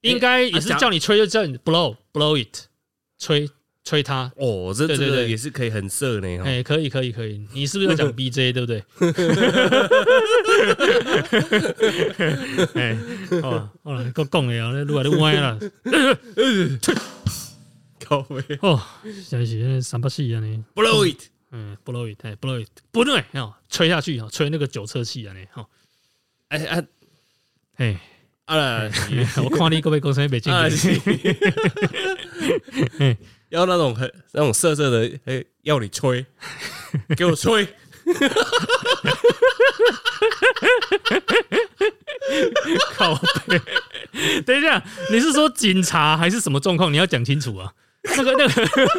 Speaker 1: 应该也是
Speaker 2: 啊假
Speaker 1: 叫你吹，就叫你 blow blow it，吹吹它。
Speaker 2: 哦，这
Speaker 1: 对
Speaker 2: 这
Speaker 1: 对
Speaker 2: 个
Speaker 1: 对
Speaker 2: 也是可以很色呢。
Speaker 1: 哎、
Speaker 2: 哦
Speaker 1: 可以，可以，可以。你是不是要
Speaker 2: (laughs)
Speaker 1: 讲 BJ，对不对？哎、好啦好了，够讲的啊，那越来越歪了。
Speaker 2: 靠背
Speaker 1: 哦，真的是那三八四啊呢。
Speaker 2: ，blow it，
Speaker 1: 嗯，blow it，哎，blow it，不对，哦，吹下去啊，吹那个酒测器啊呢，哈、哦，
Speaker 2: 哎啊 (laughs)
Speaker 1: 哎、
Speaker 2: 啊啦，是
Speaker 1: 我看你各位公司 (laughs) 没进
Speaker 2: 啊
Speaker 1: 去。嗯
Speaker 2: 是，
Speaker 1: (laughs)
Speaker 2: 要那种很那种色色的，哎，要你
Speaker 1: (laughs)
Speaker 2: 吹，给我吹。
Speaker 1: 靠背。 (laughs) 等一下，你是说警察还是什么状况？你要讲清楚啊！那个、那个、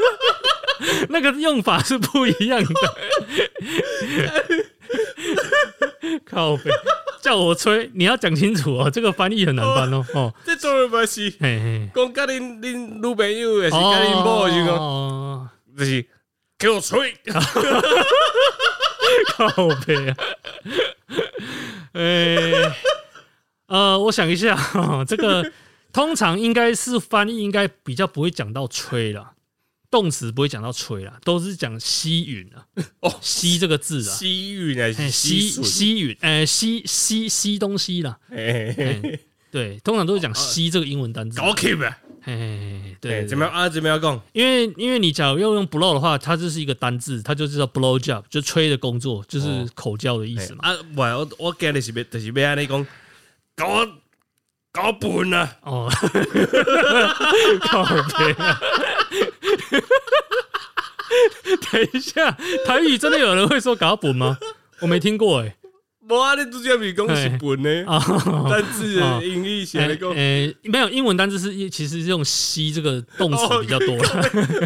Speaker 1: (laughs) 那个用法是不一样的。 (laughs) 靠背，叫我吹，你要讲清楚哦。这个翻译很难翻哦。哦，
Speaker 2: 这种人嘛是
Speaker 1: 嘿嘿。
Speaker 2: 讲甲恁恁女朋友，也是甲恁某，就讲
Speaker 1: 哦，
Speaker 2: 就是给我吹，
Speaker 1: 靠背啊！呃、呃，我想一下， (laughs) 哦、这个通常应该是翻译，应该比较不会讲到吹啦，动词不会讲到吹啦，都是讲吸吮啊，
Speaker 2: 哦
Speaker 1: 吸这个字啊，
Speaker 2: 西域还
Speaker 1: 哎
Speaker 2: 是
Speaker 1: 吸
Speaker 2: 西水？
Speaker 1: 吸吮，哎、吸吸吸东西啦，
Speaker 2: 哎嘿嘿哦
Speaker 1: 哎对，通常都是讲吸这个英文单词，
Speaker 2: 搞起呗！
Speaker 1: 嘿嘿嘿对，
Speaker 2: 哎，
Speaker 1: 对
Speaker 2: 怎么样啊？怎么样讲？
Speaker 1: 因为因为你假如要用 blow 的话，它就是一个单字，它就是叫 blow job，就吹的工作，就是
Speaker 2: 哦
Speaker 1: 口交的意思嘛。
Speaker 2: 啊，我我我今日是要就是要安尼讲，搞搞笨啊！
Speaker 1: 哦， (laughs) 靠北啊！等一下，台语真的有人会说嘎本吗？我没听过哎、
Speaker 2: 无啊，你拄则咪讲是笨呢，
Speaker 1: 啊、
Speaker 2: 但是
Speaker 1: 哦
Speaker 2: 英语写
Speaker 1: 哎
Speaker 2: 的讲，
Speaker 1: 哎没有英文单字是其实是用吸这个动词哎比较多啦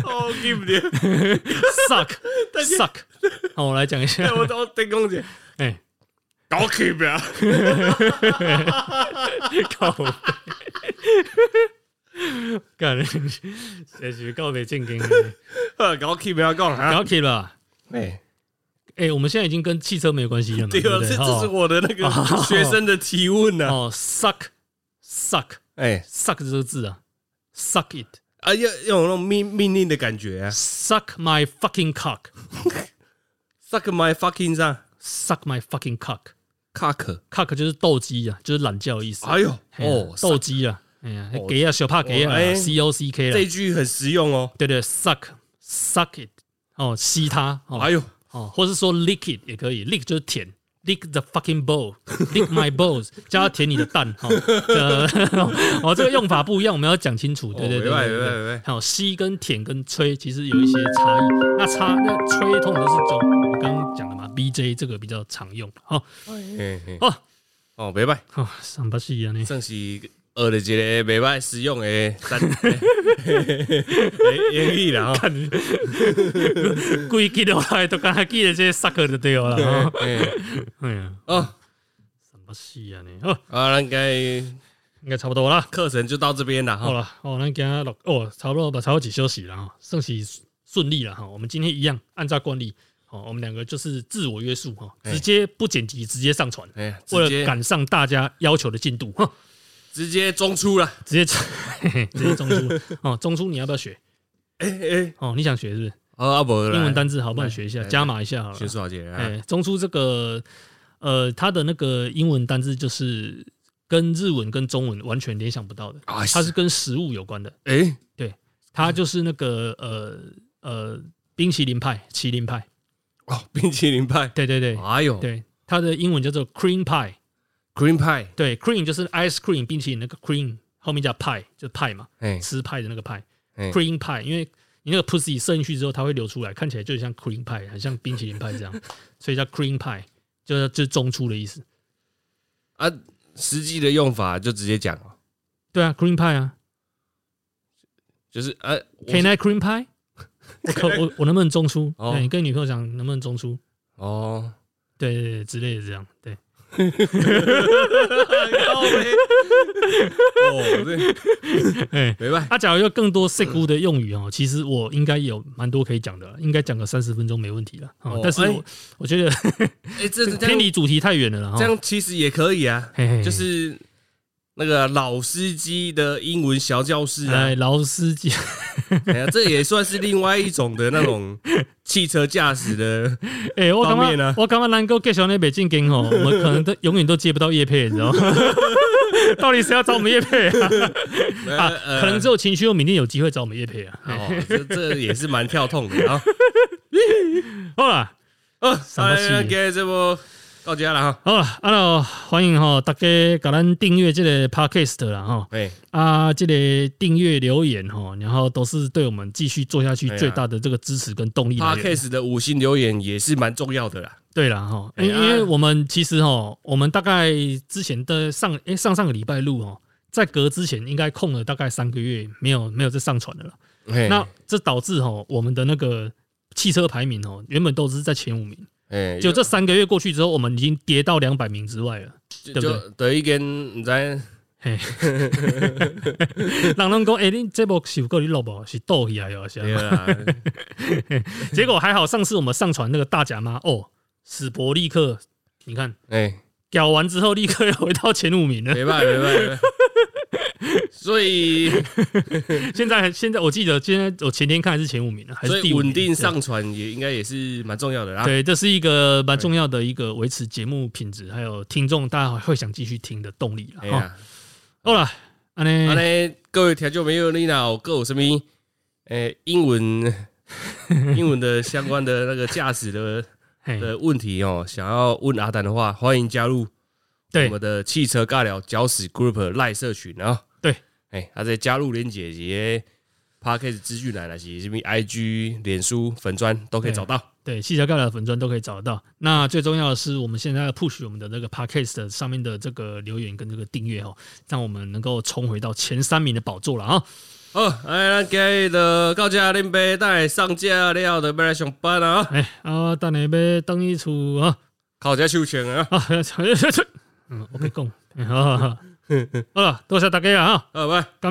Speaker 2: 哦，记不得， (laughs)
Speaker 1: suck suck。好，我来讲一下，
Speaker 2: 我我再讲者，
Speaker 1: 哎、
Speaker 2: 搞起
Speaker 1: (laughs)
Speaker 2: 呗！
Speaker 1: 靠北！干，这是告别正经
Speaker 2: (laughs)
Speaker 1: 的，
Speaker 2: 啊搞起呗，讲
Speaker 1: 不
Speaker 2: 啊！
Speaker 1: 要 keep 了。
Speaker 2: 哎，
Speaker 1: 哎、我们现在已经跟汽车没有关系了嘛？
Speaker 2: 对
Speaker 1: 对
Speaker 2: 哦，
Speaker 1: 不
Speaker 2: 这
Speaker 1: 对？
Speaker 2: 这是
Speaker 1: 哦
Speaker 2: 我的那个学生的提问呐。啊
Speaker 1: 哦，suck suck
Speaker 2: 哎
Speaker 1: suck 这个字啊，suck it，
Speaker 2: 啊，要要有那种命命令的感觉啊
Speaker 1: ，suck my fucking cock，suck
Speaker 2: ，suck my fucking 啥
Speaker 1: my fucking cock，cock
Speaker 2: cock，
Speaker 1: 就是斗鸡啊，就是懒觉的意思。
Speaker 2: 哎呦
Speaker 1: 嘿啊
Speaker 2: 哦，
Speaker 1: 斗
Speaker 2: suck，
Speaker 1: 鸡啊，哎呀，给啊，小怕给
Speaker 2: 哦
Speaker 1: 啊
Speaker 2: 哎
Speaker 1: ，C O C K
Speaker 2: 这一
Speaker 1: 了，
Speaker 2: 句很实用哦，
Speaker 1: 对对，suck suck it，哦，吸它，哦
Speaker 2: 哎呦，
Speaker 1: 哦，或是说 lick it 也可以，lick 就是舔。Lick the fucking (laughs) bowl，lick my balls，叫他舔你的蛋。哦，这 (laughs) 哦，这个用法不一样，我们要讲清楚。对对对
Speaker 2: 哦明白
Speaker 1: 对对
Speaker 2: 明白明
Speaker 1: 对
Speaker 2: 白。
Speaker 1: 还有吸跟舔跟吹，其实有一些差异。那差那吹通常都是走我刚刚讲的嘛，BJ 这个比较常用。好
Speaker 2: 嘿嘿
Speaker 1: 哦
Speaker 2: 哦，拜拜，
Speaker 1: 好，上巴西啊你。 (laughs)
Speaker 2: 算是学了一个拜拜实用的三
Speaker 1: (laughs)
Speaker 2: 言语啦，哦
Speaker 1: 故意记落来，都刚才记得这些 sucker 就对了啦。
Speaker 2: (laughs)
Speaker 1: 哦
Speaker 2: 嘿
Speaker 1: 哎呀，
Speaker 2: 哦，
Speaker 1: 什么戏啊你？哦，
Speaker 2: 啊，那应该
Speaker 1: 应该差不多啦。
Speaker 2: 课程就到这边了
Speaker 1: 好
Speaker 2: 哈。
Speaker 1: 了，哦，咱今天录哦，差不多吧，差不多几休息了哈，算是顺利了哈。我们今天一样按照惯例，哦，我们两个就是自我约束哈，
Speaker 2: 哎
Speaker 1: 直接不剪辑，直接上传，
Speaker 2: 哎呀，
Speaker 1: 为
Speaker 2: 直
Speaker 1: 了
Speaker 2: 接
Speaker 1: 赶上大家要求的进度哈，
Speaker 2: 直接中出了，
Speaker 1: 直接嘿嘿直接中出哦，中出你要不要学？
Speaker 2: 哎哎，
Speaker 1: 哦，你想学是不是？
Speaker 2: 哦阿伯，
Speaker 1: 啊英文单字好，帮你
Speaker 2: 来
Speaker 1: 学一
Speaker 2: 来
Speaker 1: 下，
Speaker 2: 来
Speaker 1: 加码一下好了
Speaker 2: 学。数学姐，啊
Speaker 1: 哎
Speaker 2: 来，
Speaker 1: 中出这个呃，它的那个英文单字就是跟日文跟中文完全联想不到的，
Speaker 2: 啊
Speaker 1: 它是跟食物有关的，
Speaker 2: 哎
Speaker 1: 它就是那个呃呃冰淇淋派、麒麟派，
Speaker 2: 哦，冰淇淋派，
Speaker 1: 对对对
Speaker 2: 哎呦
Speaker 1: 对，它的英文叫做 cream pie，
Speaker 2: ，green pie，
Speaker 1: 对 cream 就是 ice cream 冰淇淋那个 cream 后面加 pie 就是派嘛，
Speaker 2: 哎
Speaker 1: 吃派的那个派
Speaker 2: 哎
Speaker 1: cream pie，因为你那个 pussy 射进去之后，它会流出来，看起来就很像 cream pie，很像冰淇淋派这
Speaker 2: (laughs)
Speaker 1: 样，所以叫 cream pie，就是就是中出的意思。
Speaker 2: 啊，实际的用法就直接讲哦，
Speaker 1: 对啊，cream pie 啊。
Speaker 2: 就是啊，我
Speaker 1: Can I cream
Speaker 2: (laughs)
Speaker 1: pie？我可我我能不能中出？
Speaker 2: 哦
Speaker 1: 对你跟女朋友讲能不能中出？
Speaker 2: 哦，
Speaker 1: 对对对，之类的这样。对，
Speaker 2: 靠北哦，对，
Speaker 1: 哎，
Speaker 2: 没办法，
Speaker 1: 啊，假如有更
Speaker 2: 嗯
Speaker 1: 多 sick 屋的用语哦，其实我应该有蛮多可以讲的，应该讲个三十分钟没问题了。
Speaker 2: 哦
Speaker 1: 哦，但是
Speaker 2: 哎
Speaker 1: 我我觉得
Speaker 2: 哎，这这
Speaker 1: 偏
Speaker 2: 样
Speaker 1: 离主题太远了啦。
Speaker 2: 这
Speaker 1: 哦，
Speaker 2: 样其实也可以啊，
Speaker 1: 嘿嘿
Speaker 2: 就是那个老司机的英文小教室啊
Speaker 1: 哎，，老司机， (laughs)
Speaker 2: 哎呀，这也算是另外一种的那种汽车驾驶
Speaker 1: (laughs)
Speaker 2: 的，
Speaker 1: 哎，我
Speaker 2: 方
Speaker 1: 刚
Speaker 2: 便啊
Speaker 1: 刚我刚刚能够 get 上那北京梗
Speaker 2: (laughs)
Speaker 1: 哦，我们可能都永远都接不到叶配，你知道吗？到底谁要找我们叶配
Speaker 2: (laughs)
Speaker 1: 啊？啊，
Speaker 2: 呃
Speaker 1: 可能只有情绪又明天有机会找我们叶配啊。哎
Speaker 2: 哦，这这也是蛮跳痛的啊。
Speaker 1: 好啦。
Speaker 2: 哦，
Speaker 1: (laughs) 什
Speaker 2: 好
Speaker 1: 么
Speaker 2: 了
Speaker 1: 戏，
Speaker 2: 那今日这波到家了哈。
Speaker 1: 好啦，啊咯，欢迎吼，大家甲咱订阅这个 podcast 啦吼，
Speaker 2: 哎，
Speaker 1: 啊，这个订阅留言吼，然后都是对我们继续做下去
Speaker 2: 哎呀
Speaker 1: 最大的这个支持跟动力来源。
Speaker 2: Podcast 的五星留言也是蛮重要的啦。
Speaker 1: 对啦吼，
Speaker 2: 哎
Speaker 1: 因
Speaker 2: 呀
Speaker 1: 因为我们其实吼，我们大概之前的上诶上上个礼拜录吼，在隔之前应该空了大概三个月，没有没有再上传的了。
Speaker 2: 嘿
Speaker 1: 那这导致吼我们的那个汽车排名哦，原本都是在前五名，
Speaker 2: 哎，
Speaker 1: 就这三个月过去之后，我们已经跌到两百名之外
Speaker 2: (laughs)
Speaker 1: 了。对
Speaker 2: 就
Speaker 1: 不
Speaker 2: 就得一根，
Speaker 1: (laughs)
Speaker 2: 你知
Speaker 1: 嘿，人拢讲，哎、欸，恁这部是有够你录无？是倒起来哦，是
Speaker 2: 对
Speaker 1: 啊。
Speaker 2: 啦，
Speaker 1: 结果还好，上次我们上传那个大甲妈哦，史博立刻，你看
Speaker 2: 哎，
Speaker 1: 屌完之后，立刻又回到前五名了。
Speaker 2: 没办法，没办法。所以，
Speaker 1: 现在现在我记得，今天我前天看还是前五名了，还
Speaker 2: 所
Speaker 1: 是
Speaker 2: 以
Speaker 1: 第五名
Speaker 2: 稳定。上传也应该也是蛮重要的啦。
Speaker 1: 对，这是一个蛮重要的一个维持节目品质，还有听众大家会想继续听的动力了。
Speaker 2: 哎
Speaker 1: 哈
Speaker 2: 呀，
Speaker 1: 好了，安
Speaker 2: 安
Speaker 1: 尼
Speaker 2: 尼各位听众朋友，你若有各有什么诶
Speaker 1: (laughs)
Speaker 2: 英文英文的相关的那个驾驶
Speaker 1: (laughs)
Speaker 2: 的
Speaker 1: 嘿
Speaker 2: 的问题哦，想要问阿丹的话，欢迎加入我
Speaker 1: 对
Speaker 2: 们的汽车尬聊搅屎 Group 赖社群啊。
Speaker 1: 对，
Speaker 2: 哎，啊，这加入连姐姐 Parkes 资讯栏，还是什么 IG、脸书、粉砖都可以找到。
Speaker 1: 对，汽车盖的粉砖都可以找得到。那最重要的是，我们现在要 push 我们的那个 podcast 的上面的这个留言跟这个订阅哦，让我们能够冲回到前三名的宝座了啊、
Speaker 2: 好，哎，咱今日的到这恁爸带上架了的，要来上班啊！啊
Speaker 1: 哎啊，等下要等一出啊
Speaker 2: 靠这收钱啊！
Speaker 1: 啊！ 어, 네, 아,嗯，我跟你讲，好好好，好了，多谢大家啊！
Speaker 2: 好，拜。